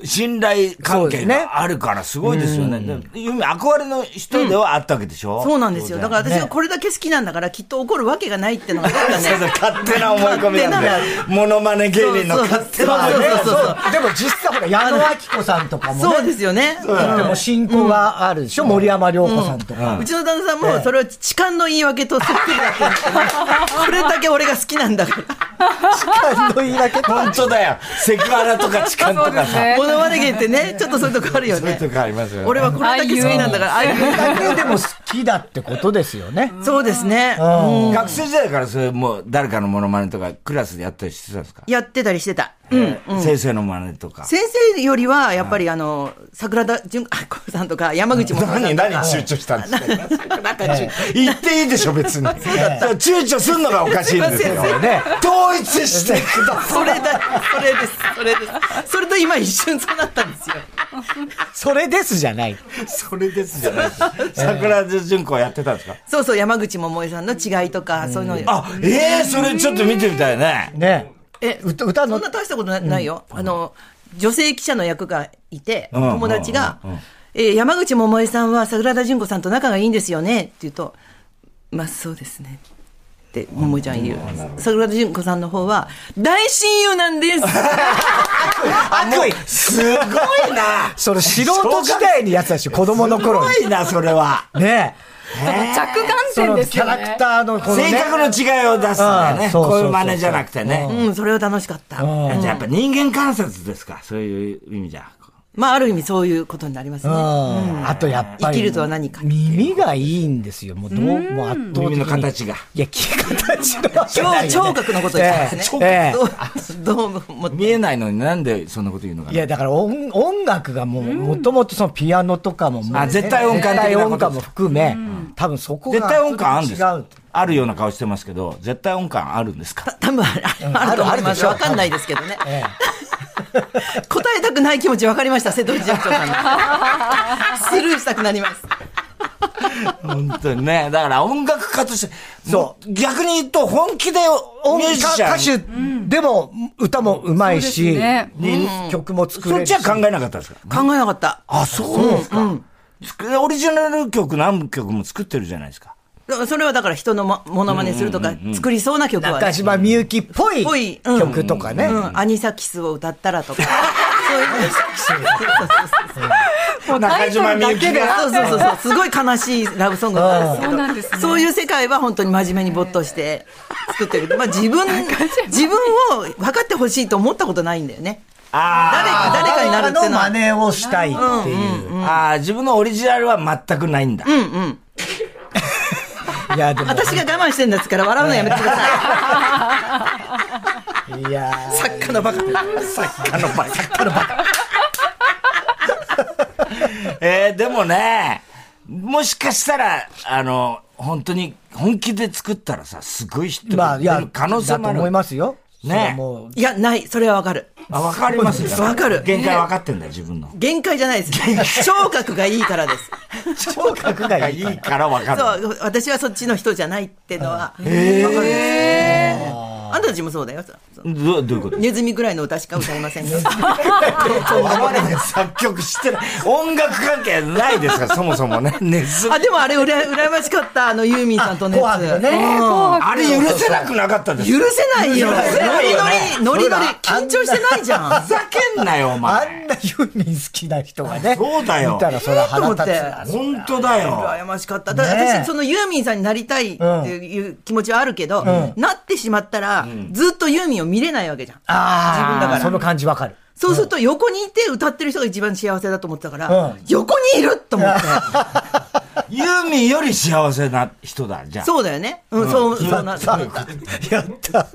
Speaker 1: 信頼関係があるからすごいですよね。だからユーミン憧れの人ではあったわけでしょ、
Speaker 3: そうなんですよ。だから私
Speaker 2: ね
Speaker 3: はこれだけ好きなんだから、きっと怒るわけがないってのが分か っ
Speaker 1: そ
Speaker 3: た
Speaker 1: うそう
Speaker 3: ね。
Speaker 1: 勝手な思い込みなんで、モノマネ芸人の勝手な思い
Speaker 3: そ
Speaker 1: 込
Speaker 3: うそう
Speaker 1: み。
Speaker 3: そうそう。
Speaker 2: でも実際ほら、矢野明子さんとかも
Speaker 3: そう
Speaker 2: ね、
Speaker 3: ですよね。
Speaker 2: でも進行があるでしょ森山良子さんとか。
Speaker 3: うちの旦那さんもそれを痴漢の言い訳とそっくりだって言ってこれだけ俺が好きなんだ から。
Speaker 2: 感動いいだけ
Speaker 1: 本当だよ。セクハラとか痴漢とかさ。
Speaker 3: モノマネ芸ってね、ちょっとそういうとこあるよ
Speaker 1: そういう
Speaker 3: ね。
Speaker 1: とこありますよね。
Speaker 3: 俺はこれだけ好きなんだから、ああいう。
Speaker 2: だけでも好きだってことですよね。
Speaker 3: そうですね。
Speaker 1: 学生時代からそれもう誰かのモノマネとかクラスでやったりしてたんですか、
Speaker 3: やってたりしてた。うん。
Speaker 1: 先生のモノマネとか。
Speaker 3: 先生よりは、やっぱりあの、桜田淳子さんとか、山口もさんと
Speaker 1: 何
Speaker 3: か。
Speaker 1: 何躊躇したんですか
Speaker 3: なんか淳
Speaker 1: 言っていいでしょ別に。躊躇すんのがおかしいんですよ。
Speaker 2: ね。
Speaker 1: 統一してください。
Speaker 3: それだ、それです、それです。それと今一瞬そうなったんですよ。
Speaker 2: それですじゃない。
Speaker 1: それですじゃないですか。桜田淳子はやってたんですか
Speaker 3: そうそう、山口百恵さんの違いとか、そういうの。
Speaker 1: あ、ええそれちょっと見てみたいね。
Speaker 2: ね。
Speaker 3: え
Speaker 2: 歌歌
Speaker 3: そ
Speaker 2: の
Speaker 3: んな大したことなないよ。あの、女性記者の役がいて、
Speaker 1: うん
Speaker 3: 友達が
Speaker 1: うんうんうん、
Speaker 3: えー山口百恵さんは桜田淳子さんと仲がいいんですよねって言うと、まあそうですね。って、桃井ちゃん言う。桜田淳子さんの方は、大親友なんです
Speaker 2: 悪意
Speaker 1: すごいな。
Speaker 2: それ素人時代にやつだし、子供の頃に。
Speaker 1: すごいな、それは。
Speaker 2: ね。
Speaker 5: 着
Speaker 2: そ
Speaker 5: 眼点
Speaker 2: の
Speaker 5: です
Speaker 2: キャ
Speaker 5: よ
Speaker 2: ラ
Speaker 5: ね。
Speaker 2: クターのこのね。
Speaker 1: 性格の違いを出すんだよ
Speaker 2: う
Speaker 1: ね。
Speaker 2: んそうそうそう
Speaker 1: こういう真似じゃなくてね。
Speaker 3: うん、それは楽しかった。
Speaker 1: じゃあやっぱ人間観察ですか、そういう意味じゃ。
Speaker 3: まあ、ある意味そういうことになりますね。
Speaker 2: うんあとやっぱり。
Speaker 3: 生きるとは何か
Speaker 2: 耳がいいんですよ。もうどう、もう圧倒的に
Speaker 1: 耳の形が。
Speaker 2: いや、聞き形の
Speaker 3: 聴聴覚のこと言ってます
Speaker 2: ええ
Speaker 3: ね
Speaker 2: え。え
Speaker 3: どうどうも、
Speaker 1: 見えないのになんでそんなこと言うのか
Speaker 2: い
Speaker 1: な。
Speaker 2: や、だから音音楽がもう、もともとそのピアノとかももう
Speaker 1: あ絶対音感的なこと
Speaker 2: 絶対音感も含め、多分そこが
Speaker 1: 絶対音感あるんです
Speaker 2: 違う
Speaker 1: か。あるような顔してますけど、絶対音感あるんですか。
Speaker 3: 多分あるあると思い
Speaker 2: ある
Speaker 3: ま。
Speaker 2: ですしょう
Speaker 3: わかんないですけどね。
Speaker 2: え
Speaker 3: 答えたくない気持ちわかりました、瀬戸内寂聴さんの。スルーしたくなります。
Speaker 1: 本当にね。だから音楽家として、
Speaker 2: そ
Speaker 1: そう。逆に言うと本気で
Speaker 2: 音
Speaker 1: ミュージシ
Speaker 2: 歌
Speaker 1: ャン
Speaker 2: 手でも歌もうまい
Speaker 5: そうで
Speaker 2: し、
Speaker 5: すね
Speaker 2: うん曲も作れ
Speaker 1: そっ
Speaker 2: る
Speaker 1: ち
Speaker 2: し。
Speaker 1: は考えなかったんですか
Speaker 3: 考えなかった。
Speaker 1: あ、そうですか。作オリジナル曲何曲も作ってるじゃないですか。
Speaker 3: それはだから人のもモノマネするとか、作りそうな曲はね。
Speaker 2: 中島みゆきっぽい
Speaker 3: ぽいうん
Speaker 2: 曲とかね。
Speaker 3: うん、アニサキスを歌ったらとか。そういう
Speaker 1: 中島みゆきが。
Speaker 3: そうそうそうそう。すごい悲しいラブソングなんですけ
Speaker 5: そうなんですね
Speaker 3: ど。そういう世界は本当に真面目に没頭して作ってるけど、まあ自分、自分を分かってほしいと思ったことないんだよね。誰
Speaker 1: あ
Speaker 3: か、誰かになるっていうの
Speaker 2: の
Speaker 3: は。
Speaker 2: 真似をしたいっていう。
Speaker 1: ーあー、自分のオリジナルは全くないんだ。
Speaker 2: いや、でも、
Speaker 3: 私が我慢してんですから笑うのやめてくださ
Speaker 2: いやー
Speaker 3: い。 作家のバカ。
Speaker 1: あのバカ。 えー、でもね、もしかしたら、あの、本当に、本気で作ったらさ、すごい人
Speaker 2: ま
Speaker 1: が
Speaker 2: あ、い
Speaker 1: 出
Speaker 2: や
Speaker 1: る、可能性
Speaker 2: だ
Speaker 1: も
Speaker 2: と
Speaker 1: あ
Speaker 2: 思い
Speaker 1: る。
Speaker 2: ますよ。
Speaker 1: ね
Speaker 2: それはもう、
Speaker 3: いや、ない。それはわかる。
Speaker 1: あ、わかりますよ。
Speaker 3: わかる
Speaker 1: 限界わかってんだよ、自分の。
Speaker 3: 限界じゃないです。聴覚がいいからです。
Speaker 2: 聴覚がいい
Speaker 1: い。いからわかる。
Speaker 3: そう、私はそっちの人じゃないってのは、わかるんですよあんたたちもそうだよ。
Speaker 1: どどういうこと
Speaker 3: ネズミぐらいの歌しか 歌えませんよ。
Speaker 1: 作曲してない。音楽関係ないですから、そもそもね。ネズミ
Speaker 3: あ、でもあれ、うら、羨ましかった。あの、ユーミンさんとのや
Speaker 2: 紅
Speaker 3: つ。
Speaker 2: 白ね。
Speaker 1: あれ許せなくなかったです
Speaker 3: 許。せないよ。ノリノリ、ノリノリ、緊張してないじゃ
Speaker 1: ふ
Speaker 3: ん。
Speaker 1: ざけんなよ、お
Speaker 2: あ
Speaker 1: 前。
Speaker 2: んなユーミン好きな人がね。
Speaker 1: そうだよ
Speaker 2: 見たらそれは腹立つ
Speaker 3: えーと思
Speaker 2: な
Speaker 3: っ。
Speaker 1: 本当だよ。
Speaker 3: 羨ましかった。だから
Speaker 2: ねえ
Speaker 3: 私、そのユーミンさんになりたいっていう気持ちはあるけど、なってしまったら、ずっとユーミンを見れないわけじゃん。
Speaker 2: ああ、
Speaker 3: 自分だから
Speaker 2: その感じわかる。
Speaker 3: そうすると、横にいて歌ってる人が一番幸せだと思ってたから
Speaker 2: うん、
Speaker 3: 横にいると思って。
Speaker 1: ユーミンより幸せな人だ、じゃあ。
Speaker 3: そうだよね。うん、そう、そうな
Speaker 2: さ やった。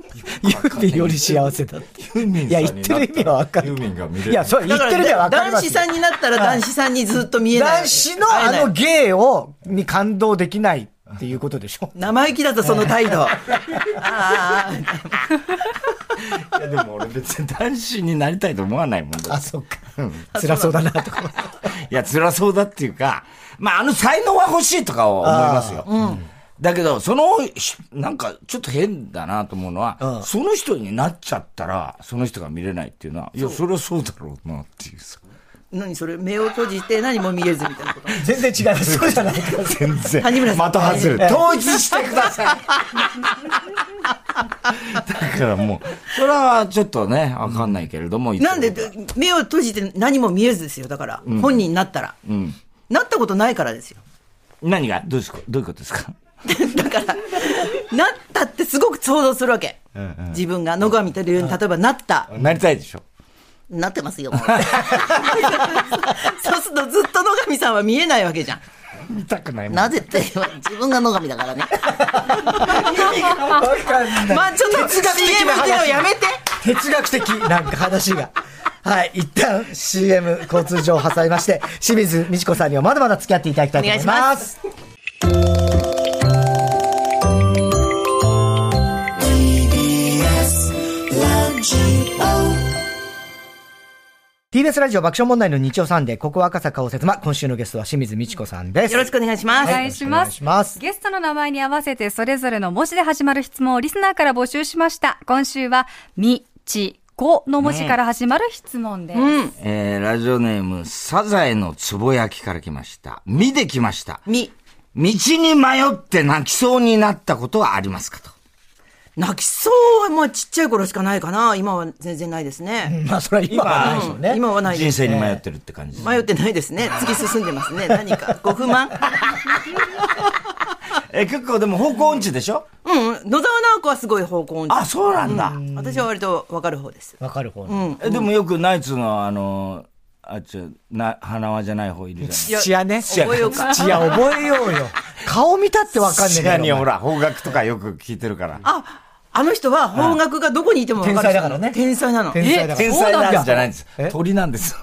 Speaker 2: ユーミンより幸せだって。
Speaker 1: ユーミン
Speaker 2: いや、言ってる意味はわかる。
Speaker 1: ユーミンが見れる
Speaker 2: いや、そう、言っ
Speaker 3: だか
Speaker 2: てる意味は
Speaker 3: ら、
Speaker 2: わかりま
Speaker 3: 男
Speaker 2: す
Speaker 3: 子
Speaker 2: よ。
Speaker 3: さんになったら男子さんにずっと見えない。
Speaker 2: 男子の
Speaker 3: 会えない
Speaker 2: あの芸を、に感動できないっていうことでしょ。
Speaker 3: 生意気だった、その態度。ああ、
Speaker 1: いやでも俺別に男子になりたいと思わないもんだ
Speaker 2: あ、
Speaker 1: って。
Speaker 2: そっか。辛そうだな、とか。
Speaker 1: いや、辛そうだっていうか、まあ、あの才能は欲しいとかは思いますよ。だけど、その、ひなんか、ちょっと変だなと思うのは、
Speaker 2: うん
Speaker 1: その人になっちゃったら、その人が見れないっていうのは、いや、それはそうだろうなっていうさ。
Speaker 3: 何それ目を閉じて何も見えずみたいなこと。
Speaker 2: 全然違います。そうじゃないから。
Speaker 1: 全然。
Speaker 3: 谷村さん
Speaker 1: また外れる。
Speaker 2: ええ
Speaker 1: 統一してくだ さい。だからもう、それはちょっとね、わかんないけれども、言って
Speaker 3: なんで
Speaker 1: ることは
Speaker 3: 目を閉じて何も見えずですよ、だから。本人になったら。なったことないからですよ。
Speaker 1: 何がどうですかどういうことですか
Speaker 3: だから、なったってすごく想像するわけ。自分が野上照代に例えばなった。
Speaker 1: なりたいでしょ
Speaker 4: なってますよ。
Speaker 3: そうするとずっと野上さんは見えないわけじゃん。
Speaker 1: 見たくないもん。
Speaker 4: なぜって言えば自分が野上だからね。
Speaker 2: わかんない。
Speaker 3: まあちょっと CM っていうのやめて。
Speaker 2: 哲学的なんか話が。はい。一旦 CM 交通上挟みまして、清水美智子さんにはまだまだ付き合っていただきたいと思い
Speaker 4: お願
Speaker 2: ま。
Speaker 4: いします
Speaker 2: TBS ラジオ爆笑問題の日曜サンデー、ここ赤坂を説ま、今週のゲストは清水美智子さんです。
Speaker 3: よろしくお願いします。
Speaker 5: お願いしま
Speaker 2: お願い
Speaker 5: す
Speaker 2: します
Speaker 5: ゲストの名前に合わせてそれぞれの文字で始まる質問をリスナーから募集しました。今週は、み、ち、ごの文字から始まる質問です。
Speaker 1: えー、ラジオネーム、サザエのつぼ焼きから来ました。見で来ました。
Speaker 3: み、
Speaker 1: 道に迷って泣きそうになったことはありますかと。
Speaker 3: 泣きそうはまあちっちゃい頃しかないかな。今は全然ないですね。
Speaker 2: まあ、それは今はないでしょうね。
Speaker 3: 今はないです
Speaker 1: 人生に迷ってるって感じです。
Speaker 3: 迷ってないです ね。突き進んでますね。何か。ご不満
Speaker 1: えー、結構でも方向音痴でしょ
Speaker 3: うんうん。野沢直子はすごい方向音痴
Speaker 1: あ、そうなんだ。
Speaker 3: 私は割とわかる方です。
Speaker 2: わかる方
Speaker 3: ん
Speaker 2: の。
Speaker 1: えでもよくナイツのあの、あ、ちょ、な、花輪じゃない方いるじゃない。
Speaker 2: 土屋ね。
Speaker 1: 土屋
Speaker 3: 覚えようか。
Speaker 2: 土屋覚えようよ。顔見たってわかんねえ
Speaker 1: い
Speaker 2: だ
Speaker 1: や
Speaker 2: ろ
Speaker 1: にほら、方角とかよく聞いてるから。
Speaker 3: あ、あの人は方角がどこにいても分かる。
Speaker 2: 天才だからね
Speaker 3: 天才なの。
Speaker 2: 天才だから
Speaker 1: 天才
Speaker 2: そう
Speaker 1: な
Speaker 2: だ
Speaker 1: んじゃないんです
Speaker 2: え。
Speaker 1: 鳥なんです。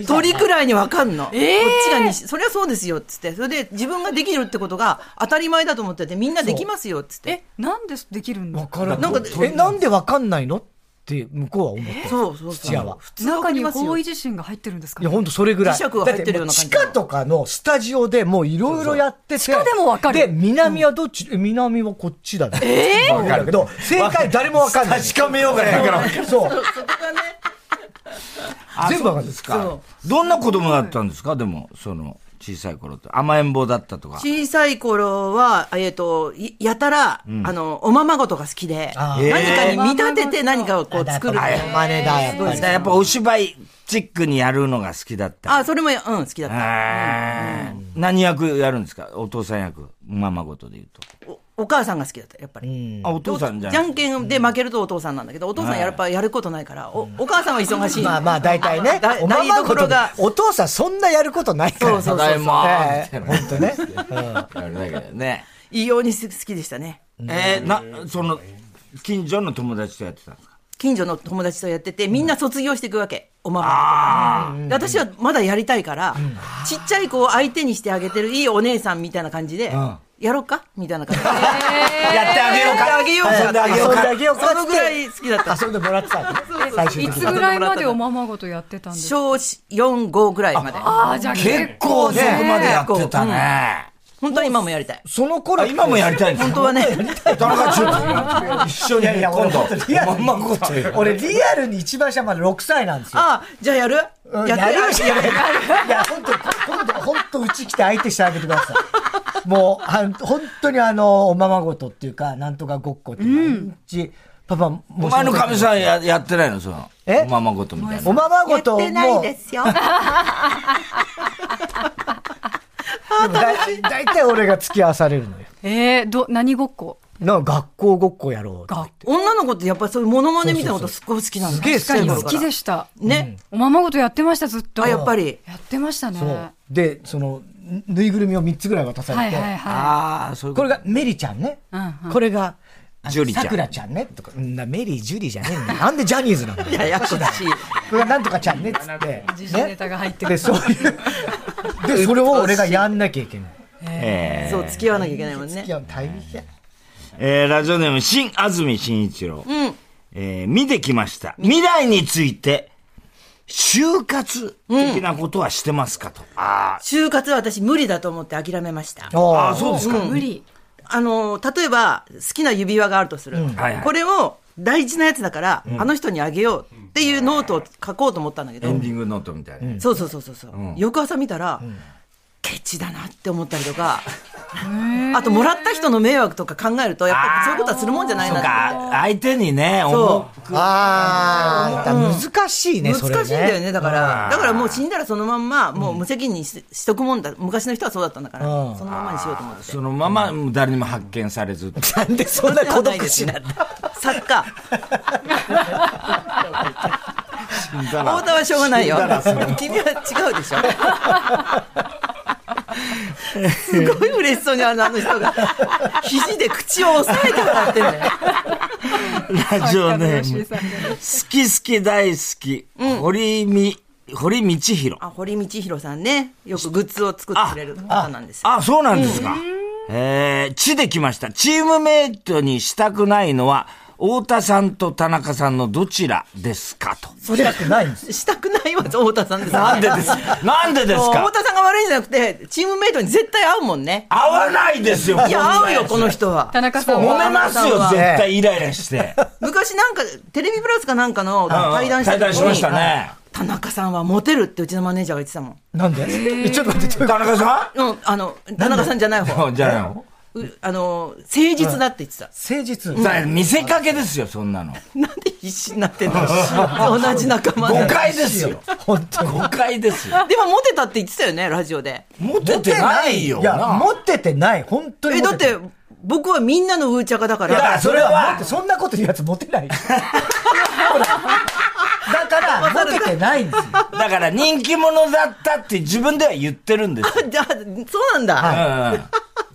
Speaker 3: え鳥くらいに分かんの。こっちがに、そりゃそうですよ、っつって。それで自分ができるってことが当たり前だと思ってて、みんなできますよ、っつって。
Speaker 5: え、なんでできるんだ
Speaker 2: わかる。
Speaker 3: なんか
Speaker 2: え、なんでわかんないのって向こうは思ってる。
Speaker 3: そうそうそう。
Speaker 2: 土屋は
Speaker 3: 普通は分
Speaker 5: 中
Speaker 3: かり
Speaker 5: に
Speaker 3: ますよ
Speaker 5: 方位。地震が入ってるんですか
Speaker 2: いや、ほんとそれぐらい。
Speaker 3: 磁石が入ってるような
Speaker 2: だ
Speaker 3: 感
Speaker 2: て
Speaker 3: じ
Speaker 2: もう地下とかのスタジオでもういろいろやってて。地
Speaker 5: 下でもわかる
Speaker 2: で、南はどっち、え南はこっちだね。えわかるけど、正解誰もわかんない。
Speaker 1: 確かめようがないから。
Speaker 2: そう。全部わかる
Speaker 1: ですか。どんな子供だったんですかでも、その、小さい頃って。甘えん坊だったとか。
Speaker 3: 小さい頃は、えっ、と、いやたら、あの、おままごとが好きで、
Speaker 2: あ
Speaker 1: ー
Speaker 3: 何かに見立てて何かをこう作る。
Speaker 2: あやっぱ真似だ、やっぱり。
Speaker 1: やっぱお芝居チックにやるのが好きだった。
Speaker 3: あ、それも、うん、好きだった。
Speaker 1: へー何役やるんですかお父さん役。ままごとで言うと。
Speaker 3: おお母さんが好きだった、やっぱり。
Speaker 1: あ、お父さんじゃ
Speaker 3: じ
Speaker 1: な
Speaker 3: ゃ
Speaker 1: い
Speaker 3: んけんで負けるとお父さんなんだけど、お父さんやっぱやることないから、おお母さんは忙しい。
Speaker 2: まあまあ、大体ね
Speaker 3: だ。
Speaker 2: おま
Speaker 3: 台
Speaker 2: まごと
Speaker 3: 所が
Speaker 2: お父さんそんなやることないから。
Speaker 3: そうそうそう
Speaker 1: ただいま
Speaker 2: ええ
Speaker 1: みた
Speaker 2: ほ
Speaker 1: い
Speaker 2: んとね。
Speaker 1: な。やるだけどね。
Speaker 3: 異様にす好きでしたね。
Speaker 1: えー、な、その、近所の友達とやってたんですか
Speaker 3: 近所の友達とやってて、みんな卒業していくわけ。おままごとがで私はまだやりたいから、ちっちゃい子を相手にしてあげてるいいお姉さんみたいな感じで、やろうかみたいな感じで。
Speaker 1: やってあげようか
Speaker 3: あげようか
Speaker 1: 遊んであげよう
Speaker 2: 遊んで
Speaker 1: か
Speaker 2: あげようかっつって
Speaker 3: そのぐらい好きだった。
Speaker 2: 遊んでもらってたんだね最終
Speaker 5: い
Speaker 2: 的
Speaker 5: つ
Speaker 2: に。
Speaker 5: ぐらいまでおままごとやってたんですか
Speaker 3: 小4、5ぐらいまで。
Speaker 5: ああ、じゃあ
Speaker 1: 結構そこまでやってたね。
Speaker 3: 本当は今もやりたい。
Speaker 2: その頃
Speaker 1: あ、今もやりたいんです
Speaker 3: 本当
Speaker 1: か
Speaker 3: はね、
Speaker 1: 田中ちょっと、一緒に
Speaker 2: いやいや
Speaker 1: 今
Speaker 2: 俺
Speaker 1: 度
Speaker 2: 本当リア、ルに
Speaker 1: まんまごとよ。
Speaker 2: 俺リアルに一番下まで6歳なんですよ。
Speaker 3: ああ、じゃあやる
Speaker 2: うん
Speaker 3: って
Speaker 2: やるしやる。いや、本当今度、本当うち来て相手してあげてください。もう、はん本当にあの、おままごとっていうか、なんとかごっこっていうか、うち、パパ、も
Speaker 1: お前の神さんややってないのその、
Speaker 2: え
Speaker 1: おままごとみたいな。
Speaker 2: おまま
Speaker 6: や
Speaker 2: ご
Speaker 6: っ
Speaker 2: とも、
Speaker 6: てないですよ。
Speaker 2: でもだだいたい俺が付き合わされるのよ。
Speaker 5: えー、ど、何ごっこ
Speaker 2: なんか学校ごっこやろうとか言って。
Speaker 3: 女の子ってやっぱりそういうモノマネみたいなことすっごい好きなの。
Speaker 2: そうそうそうすげえ
Speaker 3: 小さい
Speaker 5: 好
Speaker 3: 頃から
Speaker 5: きでした。
Speaker 3: ね。
Speaker 5: おままごとやってました、ずっと。
Speaker 3: あ、やっぱり。
Speaker 5: やってましたね。
Speaker 2: そう。で、その、ぬぬいぐるみを3つぐらい渡さ
Speaker 5: は
Speaker 2: れ
Speaker 5: い
Speaker 2: て、
Speaker 5: はいは
Speaker 1: ああ、そういう
Speaker 2: こ
Speaker 1: こ
Speaker 2: れ
Speaker 1: と。
Speaker 2: がメリちゃんね。
Speaker 5: ん
Speaker 2: これが、あの
Speaker 1: ジュリちゃん
Speaker 2: さくらちゃんね。とか、んなメリー、ジュリーじゃねえんだよ。なんでジャニーズなんだよ。
Speaker 3: ややこしい。
Speaker 2: これがなんとかちゃんねっつって。
Speaker 5: い。時事ネタが入ってく
Speaker 2: で、
Speaker 5: る。
Speaker 2: そういう。で、それを俺がやんなきゃいけない。
Speaker 1: え
Speaker 3: そう、付き合わなきゃいけないもんね
Speaker 2: い。や、大変。
Speaker 1: ーえーラジオネーム、新安住新一郎。えー見てきました。未来について、就活的なことはしてますかと。あ
Speaker 3: 就活は私無理だと思って諦めました。
Speaker 1: あ、
Speaker 2: あ
Speaker 1: あそうですか。
Speaker 5: 無理。
Speaker 3: あの、例えば、好きな指輪があるとする。
Speaker 1: はいはい
Speaker 3: これを大事なやつだから、あの人にあげようっていうノートを書こうと思ったんだけど、
Speaker 1: エンディングノートみたいな。
Speaker 3: そうそうそうそうそう、翌朝見たら、ケチだなって思ったりとか、あと、もらった人の迷惑とか考えると、やっぱりそういうことはするもんじゃない
Speaker 1: そう
Speaker 3: なって。
Speaker 1: か、相手にね、思う。
Speaker 2: あー、難しいね、
Speaker 3: 難
Speaker 2: そ
Speaker 3: しい
Speaker 2: れ
Speaker 3: ん
Speaker 2: ね。
Speaker 3: だよね、だから、
Speaker 1: うん
Speaker 3: だからもう死んだらそのまんま、もう無責任にししとくもんだ、昔の人はそうだったんだから、
Speaker 2: うん
Speaker 3: そのままにしようと思って。
Speaker 1: そのまま、誰にも発見されず。
Speaker 2: なんでそんな孤独死なんだ。
Speaker 3: 作家。
Speaker 1: 太
Speaker 3: 太田はしょうがないよ
Speaker 1: だらそれ。
Speaker 3: 君は違うでしょ。すごい嬉しそうにあのあの人が肘で口を押さえて笑ってるね。
Speaker 1: ラジオネーム。好き好き大好き。堀み、堀道弘。
Speaker 3: あ、堀道弘さんね、よくグッズを作ってくれる方なんですよ。
Speaker 1: あ、そうなんですか。えー、地で来ました。チームメイトにしたくないのは、太田さんと田中さんのどちらですかと。
Speaker 2: それだってないんです。
Speaker 3: したくないわ、太田さんです、
Speaker 1: なんでですなんでです
Speaker 3: もう
Speaker 1: か
Speaker 3: 太田さんが悪いんじゃなくて、チームメイトに絶対合うもんね。
Speaker 1: 合わないですよ、
Speaker 3: いや、合うよ、この人は
Speaker 5: 田。中さん
Speaker 1: 揉
Speaker 5: は。
Speaker 1: めますよ、絶対イライラして。
Speaker 3: 昔なんか、テレビプラスかなんかの対談した
Speaker 1: 対
Speaker 3: 時
Speaker 1: 談し
Speaker 3: に
Speaker 1: ましたね。
Speaker 3: 田中さんはモテるってうちのマネージャーが言ってたもん。
Speaker 2: なんでえちょっと待って、ちょっと待って
Speaker 1: 田中さ
Speaker 3: うん、あの、田中さんじゃない方。
Speaker 1: んじゃないの
Speaker 3: うあの、誠実だって言ってた。
Speaker 2: 誠実。
Speaker 1: だから見せかけですよ、そんなの。
Speaker 3: なんで必死になってんの同じ仲間
Speaker 1: 誤
Speaker 3: で。
Speaker 1: 解ですよ。
Speaker 2: 本当に。
Speaker 1: 誤解ですよ。
Speaker 3: でもモテたって言ってたよね、ラジオで。
Speaker 1: モテてないよ
Speaker 2: いや、
Speaker 1: な。
Speaker 2: 持っててない。本当に
Speaker 3: え、
Speaker 2: 持
Speaker 3: だって
Speaker 2: てない。
Speaker 3: て、僕はみんなのウーチャカだか、
Speaker 2: いやだかららそれは持って、そんなこと言うやつ持てない。だから、モテてないんですよ。
Speaker 1: だから人気者だったって自分では言ってるんですよ。
Speaker 3: じゃあ、そうなんだ。
Speaker 1: うんうん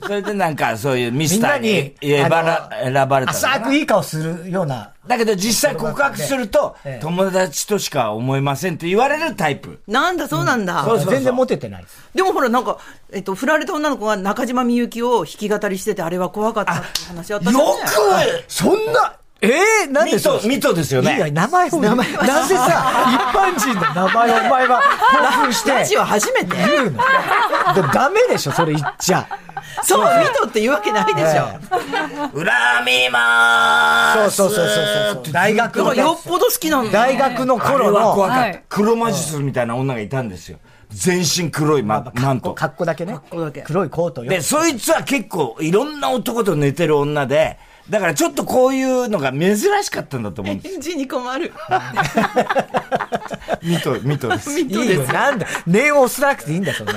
Speaker 1: それでなんか、そういうミスター
Speaker 2: みん
Speaker 1: に
Speaker 2: な
Speaker 1: 選
Speaker 2: に
Speaker 1: ばら
Speaker 2: あ
Speaker 1: 選ばれたのか
Speaker 2: 浅
Speaker 1: な
Speaker 2: くいい顔するような。
Speaker 1: だけど実際告白すると
Speaker 2: ええ、
Speaker 1: 友達としか思いませんって言われるタイプ。
Speaker 3: なんだ、そうなんだ。
Speaker 1: そうそう
Speaker 2: 全然モテてないです。
Speaker 3: でもほら、なんか、えっと、振られた女の子が中島みゆきを弾き語りしてて、あれは怖かったっていう話あった
Speaker 1: よ
Speaker 3: じゃんね
Speaker 1: く
Speaker 2: そんな、ええなん
Speaker 1: ミ
Speaker 2: でそう
Speaker 1: ト、ミトですよ
Speaker 2: いや、
Speaker 1: ね。
Speaker 2: 名前を、名前なぜさ、一般人の名前をお前は興奮して
Speaker 3: ラジオ初めて
Speaker 2: 言うの。でもダメでしょ、それ言っちゃ。
Speaker 3: そう、ミトって言うわけないでしょ。
Speaker 1: 恨みま
Speaker 2: そ
Speaker 1: ー
Speaker 2: う
Speaker 1: す。
Speaker 2: そうそうそうそう。大学
Speaker 3: だからよ
Speaker 2: の
Speaker 3: っ、ぽど好きなんだ。
Speaker 2: 大学の
Speaker 1: これ
Speaker 2: 頃
Speaker 1: は怖
Speaker 2: の、
Speaker 1: か
Speaker 5: は
Speaker 1: った
Speaker 5: い。
Speaker 1: 黒魔術みたいな女がいたんですよ。全身黒いまマント。
Speaker 2: 格好だけね
Speaker 3: こだけ。
Speaker 2: 黒いコートよ
Speaker 1: で、。そいつは結構いろんな男と寝てる女で、だからちょっとこういうのが珍しかったんだと思 うんです。
Speaker 3: 返事に困る。
Speaker 1: ミト、ミトです。
Speaker 2: いいよ、なんだ。念を押さなくていいんだ、 そんな。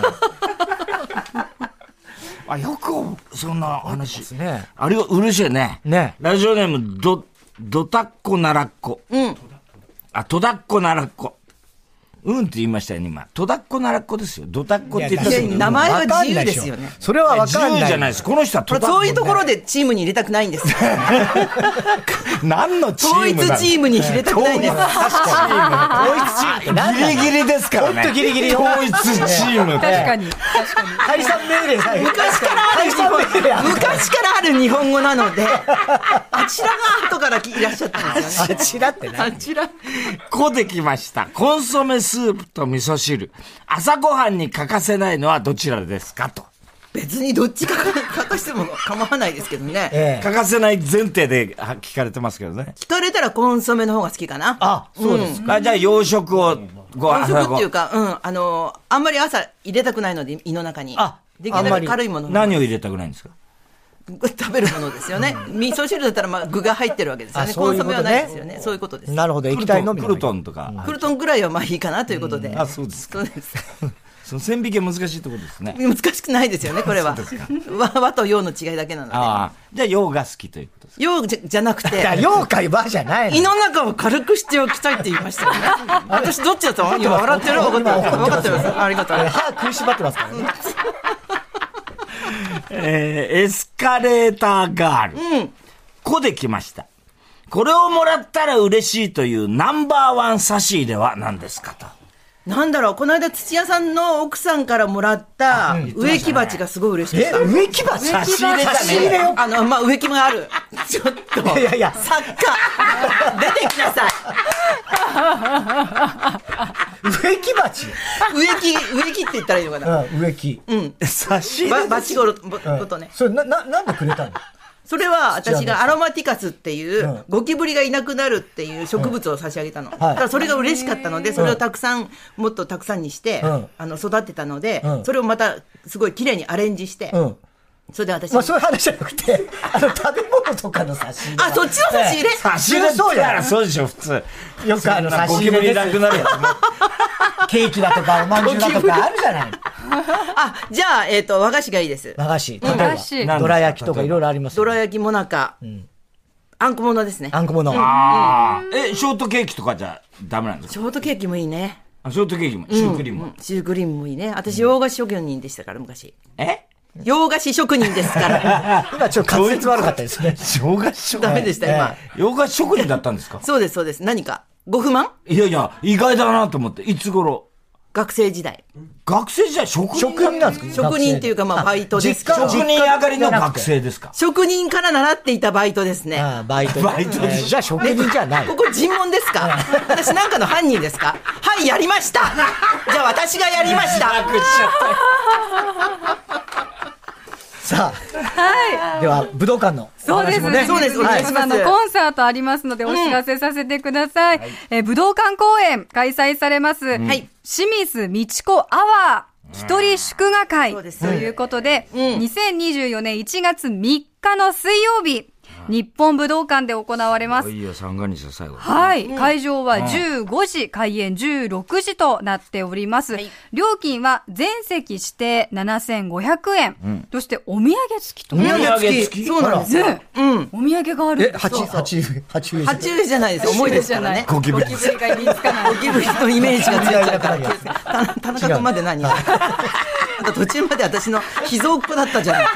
Speaker 1: あ、よく、そんな話。
Speaker 2: ね
Speaker 1: あれは嬉しいよね。
Speaker 2: ね
Speaker 1: ラジオネーム、ど、どたっこならっこ。うん。あ、とだっこならっこ。うんって言いましたよね、今。とだっこならっこですよ。どたっこって言った
Speaker 3: い
Speaker 1: け
Speaker 3: や
Speaker 1: ど
Speaker 3: 名前は自由ですよね。
Speaker 2: それはわ
Speaker 1: 自
Speaker 2: かんない。
Speaker 1: 由じゃないです。この人は
Speaker 3: ほ
Speaker 1: と
Speaker 3: ら
Speaker 1: だっ
Speaker 3: そういう
Speaker 1: こと
Speaker 3: ころでチームに入れたくないんです。
Speaker 1: 何のチ
Speaker 3: 統
Speaker 1: ー
Speaker 3: 一
Speaker 1: ムだ
Speaker 3: チームに入れたくないんです。
Speaker 1: ギリギリですからね。
Speaker 2: ほんとギリギリ
Speaker 1: 統一チーム。
Speaker 5: 確かに。
Speaker 2: 解散命令さえ。
Speaker 3: 昔からある
Speaker 2: 解
Speaker 3: 日
Speaker 2: 散
Speaker 3: 本
Speaker 2: 命令あ る。
Speaker 3: 昔からある日本語なので、あちらが後からいらっしゃったんですよね。
Speaker 2: あちらってな
Speaker 3: あちら。
Speaker 1: こできました。コンソメスープと味噌汁。朝ごはんに欠かせないのはどちらですかと。
Speaker 3: 別にどっちかか書かしても構わないですけどね。
Speaker 2: ええ。
Speaker 1: 欠かせない前提では聞かれてますけどね。
Speaker 3: 聞かれたらコンソメの方が好きかな。
Speaker 2: あ、そうです。
Speaker 1: あじゃあ洋食をご
Speaker 3: 朝食っていう
Speaker 1: 飯。
Speaker 3: か、うん、あの、あんまり朝入れたくないので、胃の中に。
Speaker 2: あ
Speaker 3: できる
Speaker 2: あん
Speaker 3: だ
Speaker 2: ま
Speaker 3: け
Speaker 2: り
Speaker 3: 軽いもの。
Speaker 1: 何を入れたくないんですか
Speaker 3: 食べるものですよね。味噌汁だったら、まあ、具が入ってるわけですよね。
Speaker 2: あ
Speaker 3: コ
Speaker 2: そう
Speaker 3: ン
Speaker 2: いう
Speaker 3: ソ
Speaker 2: こと
Speaker 3: メ
Speaker 2: ね
Speaker 3: はないですよね。そういうことです。
Speaker 2: なるほど、液体のみ
Speaker 1: ク
Speaker 2: の。
Speaker 1: ルトンとか。
Speaker 3: クルトンぐらいはまあいいかなということで。
Speaker 1: あ、そうですか。
Speaker 3: そうです。
Speaker 1: その線引きは難しいところですね。
Speaker 3: 難しくないですよね、これは。 和和と洋の違いだけなので。
Speaker 1: ああ。じゃあ洋が好きということです。
Speaker 3: 洋じゃじゃなくて
Speaker 2: だ、から妖怪はじゃないの
Speaker 3: 胃。の中を軽くしておきたいって言いました よね。私どっちだと今笑ってる分かってる。分かってます。ありがとう。
Speaker 2: 歯食いしばってますからね。
Speaker 1: えーエスカレーターガール。うん。こで来ました。これをもらったら嬉しいというナンバーワン差し入れは何ですかと。
Speaker 3: なんだろう、この間土屋さんの奥さんからもらった植木鉢がすごい嬉し
Speaker 2: え
Speaker 3: かっ、
Speaker 2: 植木鉢
Speaker 1: 差し入れじゃね
Speaker 2: 差し入
Speaker 1: え
Speaker 2: れ
Speaker 1: よ
Speaker 2: よ。
Speaker 3: た。あの、まあ、植木も ある。ちょっと、
Speaker 2: いやいや、
Speaker 3: 作家、 出てきなさい。
Speaker 2: 植木鉢。
Speaker 3: 植木、植木って言ったらいいのかな。
Speaker 2: うん、植木。
Speaker 1: 差し入れ
Speaker 3: ば、バチゴロ、ぼ
Speaker 2: うん
Speaker 3: ことね。
Speaker 2: それ、な、な、なんでくれたの
Speaker 3: それは私がアロマティカスっていううんゴキブリがいなくなるっていう植物を差し上げたの。だからそれが嬉しかったので、それをたくさん、もっとたくさんにして
Speaker 2: うん、
Speaker 3: あの、育てたので
Speaker 2: う、ん
Speaker 3: それをまたすごい綺麗にアレンジして
Speaker 2: う、ん。
Speaker 3: それで私
Speaker 2: まあ、、そういう話じゃなくて、あの、食べ物とかの差し入れは。
Speaker 3: あ、そっちの差し入れ
Speaker 1: 差し入れって言ったらそうでしょ、普通。
Speaker 2: れよくあの、差し
Speaker 1: ゴ
Speaker 2: 入
Speaker 1: キブ
Speaker 2: れ
Speaker 1: リ
Speaker 2: で
Speaker 1: な
Speaker 2: す
Speaker 1: く。な るやつね。
Speaker 2: ケーキだとか、おまんじゅうだとかあるじゃない。
Speaker 3: あ、じゃあ、えっと、和菓子がいいです。
Speaker 2: 和菓子。例え
Speaker 5: おかしい。
Speaker 1: な
Speaker 2: ば、どら焼きとかいろいろあります
Speaker 3: ど
Speaker 2: よ
Speaker 3: ら
Speaker 2: ね。
Speaker 3: 焼きもなか、あんこものですね。
Speaker 2: あんこもの。
Speaker 1: ああ。え、ショートケーキとかじゃダメなんですか
Speaker 3: ショートケーキもいいね。
Speaker 1: あショートケーキも、シュークリームも。
Speaker 3: シュークリームもいいね。私、洋菓子職人でしたから、昔。
Speaker 1: え
Speaker 3: 洋菓子職人ですか ら。
Speaker 2: 今ちょっと滑舌悪かったですね。
Speaker 1: 洋菓子
Speaker 3: ダ
Speaker 1: 職
Speaker 3: メ
Speaker 1: 人
Speaker 3: でした、今。
Speaker 1: 洋菓子職人だったんですか
Speaker 3: そうです、そうです。何か。ご不満
Speaker 1: いやいや、意外だなと思って。いつ頃
Speaker 3: 学生時代。
Speaker 1: 学生時代職人
Speaker 2: 職人なんですか
Speaker 3: 職人っていうか、まあ、バイトですけ
Speaker 2: 実
Speaker 3: ど
Speaker 2: 家。
Speaker 1: 職人上がりの学生ですか
Speaker 3: 職人から習っていたバイトですね。
Speaker 2: ああ、 バイト。
Speaker 1: バイトで
Speaker 2: えーじゃあ職人じゃ ない。
Speaker 3: ここ尋問ですか私なんかの犯人ですかはい、やりましたじゃあ私がやりました
Speaker 2: さあ。はい。では、武道館の。
Speaker 5: そうです、ね。
Speaker 3: そうですお願いします
Speaker 5: あのコンサートありますので、お知らせさせてください。えー武道館公演、開催されます。はい。清水美智子アワー。一人祝賀会
Speaker 3: そう
Speaker 5: と
Speaker 3: です
Speaker 5: いうことで、2024年1月3日の水曜日、日本武道館で行われます。
Speaker 1: いいよ、三が日だ、最後。
Speaker 5: はい。会場は15時、開演16時となっております。料金は全席指定7500円。そしてお土産付きと。
Speaker 2: お土産付きそうなんです
Speaker 5: ね。うん。お土産があるん
Speaker 2: え、
Speaker 5: です
Speaker 2: 八、八、八上さん。
Speaker 3: 中じゃないです。思い出すからね。
Speaker 1: ゴキブリ。
Speaker 3: ゴキブリのイメージがついちゃうから
Speaker 2: 違う
Speaker 3: 気をつけて。田田中君まで何途中まで私の秘蔵っ子だったじゃない。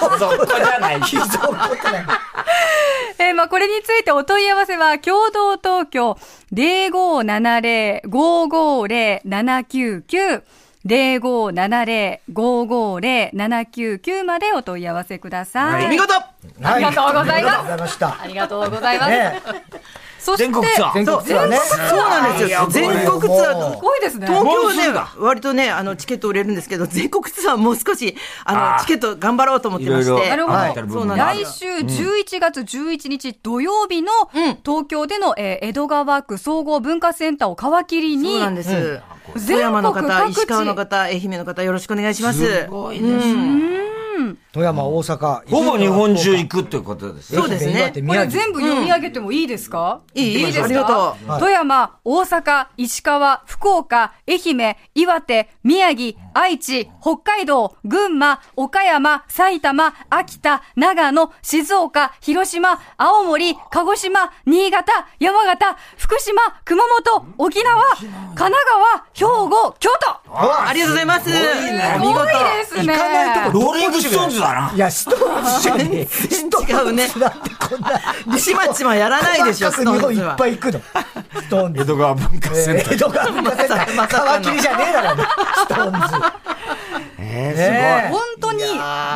Speaker 1: そこじゃない。
Speaker 5: えーまあ、これについてお問い合わせは、共同東京0570-550-799、0570-550-799までお問い合わせください。
Speaker 3: 見事
Speaker 2: は
Speaker 5: ありがとうございます
Speaker 2: ありがとうございました。
Speaker 5: ありがとうございます。
Speaker 2: ね
Speaker 5: そして、
Speaker 1: 全国ツアー。
Speaker 2: 全国ツアーね。
Speaker 3: そうなんですよ。全国ツアー
Speaker 5: す。ごいですね。
Speaker 3: 東京ね、割とね、あの、チケット売れるんですけど、全国ツアーもう少し、あの、チケット頑張ろうと思ってまし
Speaker 1: いろい
Speaker 3: て。
Speaker 1: ろ
Speaker 5: なるほど
Speaker 1: はい
Speaker 3: そうなんです
Speaker 5: 来週11月11日土曜日の東京での、えー江戸川区総合文化センターを皮切りに
Speaker 3: そうなんです。
Speaker 5: 全
Speaker 3: 富山の
Speaker 5: 国
Speaker 3: 方、
Speaker 5: 各
Speaker 3: 石川の
Speaker 5: 地
Speaker 3: 方、愛媛の方、よろしくお願いします。
Speaker 2: 富山、大阪。
Speaker 1: ほぼ日本中行くってことですよ。
Speaker 3: そうですね
Speaker 2: 愛媛岩手
Speaker 5: これ
Speaker 2: 宮城。
Speaker 5: 全部読み上げてもいいですか、
Speaker 3: いいいい
Speaker 5: ですか
Speaker 3: ありがと
Speaker 2: うはい
Speaker 5: 富山、大阪、石川、福岡、愛媛、岩手、宮城、愛知、北海道、群馬、岡山、埼玉、秋田、長野、静岡、広島、青森、鹿児島、新潟、山形、福島、熊本、沖縄、神奈川、兵庫、京都
Speaker 3: ありがとうございます。
Speaker 5: す
Speaker 3: お見
Speaker 5: ご
Speaker 3: 事
Speaker 5: いですね
Speaker 1: ローリングストーンズだな。
Speaker 2: いや、ストーンズに、スト
Speaker 3: 違うね
Speaker 2: ーンズなんてこんな、
Speaker 3: ちまちまやらないでしょ、
Speaker 2: 細
Speaker 3: ス
Speaker 2: か
Speaker 3: ト
Speaker 2: く日本
Speaker 3: ーンズ
Speaker 2: いっ
Speaker 3: は。
Speaker 2: ぱい行くの。ストーン
Speaker 1: 江
Speaker 2: ズ。
Speaker 1: 戸川文化センター。
Speaker 2: 江戸川文化センタ
Speaker 3: まさか
Speaker 2: ー、
Speaker 3: の
Speaker 2: 皮切りじゃねえだろ、ストーンズ。
Speaker 1: え
Speaker 5: 本当に、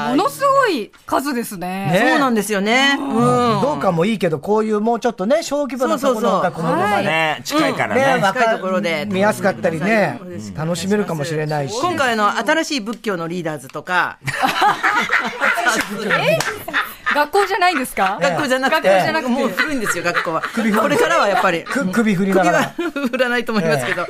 Speaker 5: ものすごい数です
Speaker 2: ね
Speaker 5: ね。
Speaker 3: そうなんですよね。うん。
Speaker 2: どうかもいいけど、こういうもうちょっとね、小規模なところがこの
Speaker 1: す
Speaker 2: ま
Speaker 1: ご
Speaker 2: ま
Speaker 1: い。ね近いから
Speaker 2: ね、
Speaker 1: ね。
Speaker 2: わ
Speaker 3: 近い
Speaker 2: か
Speaker 3: ところで
Speaker 2: 見やすかったりね、楽しめるかもしれないし。
Speaker 3: 今回の新しい仏教のリーダーズとか、
Speaker 5: 学校じゃないんですか
Speaker 3: 学校じゃなく
Speaker 5: 学校じゃな
Speaker 3: て、
Speaker 5: くて
Speaker 3: もう古いんですよ、学校は。
Speaker 2: 振る
Speaker 3: これからはやっぱり。
Speaker 2: く首振りながら。
Speaker 3: 首は振らないと思いますけど、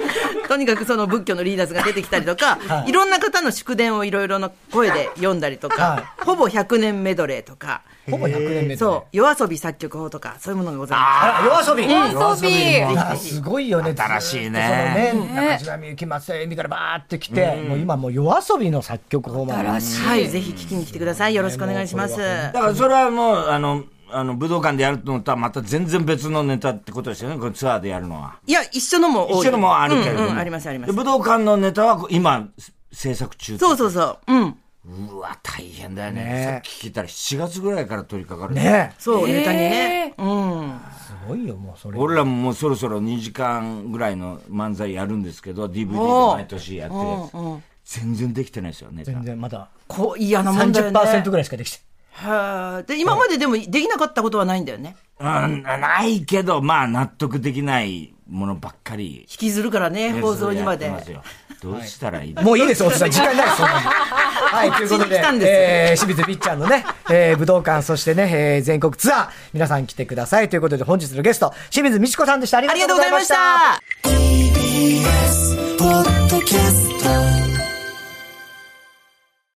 Speaker 3: とにかくその仏教のリーダーズが出てきたりとか、い、ろんな方の祝電をいろいろな声で読んだりとか、ほぼ100年メドレーとか、
Speaker 2: ほぼ100年目
Speaker 3: そう、夜遊び作曲法とか、そういうものがござい
Speaker 2: あ
Speaker 3: ま
Speaker 2: ら、夜遊び
Speaker 5: 遊び
Speaker 2: いやすごいよね。
Speaker 1: 新しいね
Speaker 2: ずっとそのね、中島みゆき、松江由美からバーって来て、もう今もう夜遊びの作曲法まで。
Speaker 3: す。はい、ぜひ聞きに来てください。よろしくお願いします。
Speaker 1: だからそれはもう、あの、あの、武道館でやるのとはまた全然別のネタってことですよね。このツアーでやるのは。
Speaker 3: いや、一緒のも多い
Speaker 1: 一緒のもあるけれど
Speaker 3: うんうん
Speaker 1: も。
Speaker 3: ありますありま。
Speaker 1: です武道館のネタは今、制作中。
Speaker 3: そうそうそう。うん。
Speaker 1: うわ、大変だよ
Speaker 2: ね
Speaker 1: ね。さっき聞いたら7月ぐらいから取り掛かる。
Speaker 2: ね
Speaker 3: そう、ネタにね。
Speaker 2: すごいよ、もうそれ。
Speaker 1: 俺らももうそろそろ2時間ぐらいの漫才やるんですけど、DVD で毎年やってるやつ全然できてないですよ、ネタ。
Speaker 2: 全然まだ
Speaker 3: こう、嫌なもんだよね。
Speaker 2: 30%ぐらいしかでき て
Speaker 3: はあで、今まででもできなかったことはないんだよね。
Speaker 1: うん、ないけど、まあ納得できないものばっかり。
Speaker 3: 引きずるからね、 放送にまで
Speaker 1: やっ。てすよ。どうしたらいい
Speaker 2: ない。もういいです、おじさん。時間ないです、そんなに。はい、ということで
Speaker 3: こっちに来たん、です
Speaker 2: えー、清水みっちゃんのね、えー、武道館、そしてね、えー、全国ツアー、皆さん来てください。ということで、本日のゲスト、清水美智子さんでした。あり
Speaker 3: あ
Speaker 2: が
Speaker 3: り
Speaker 2: と
Speaker 3: が
Speaker 2: う
Speaker 3: と
Speaker 2: ご
Speaker 3: うご
Speaker 2: ざ
Speaker 3: ざ
Speaker 2: い
Speaker 3: い
Speaker 2: ま
Speaker 3: ま
Speaker 2: し。
Speaker 3: したた。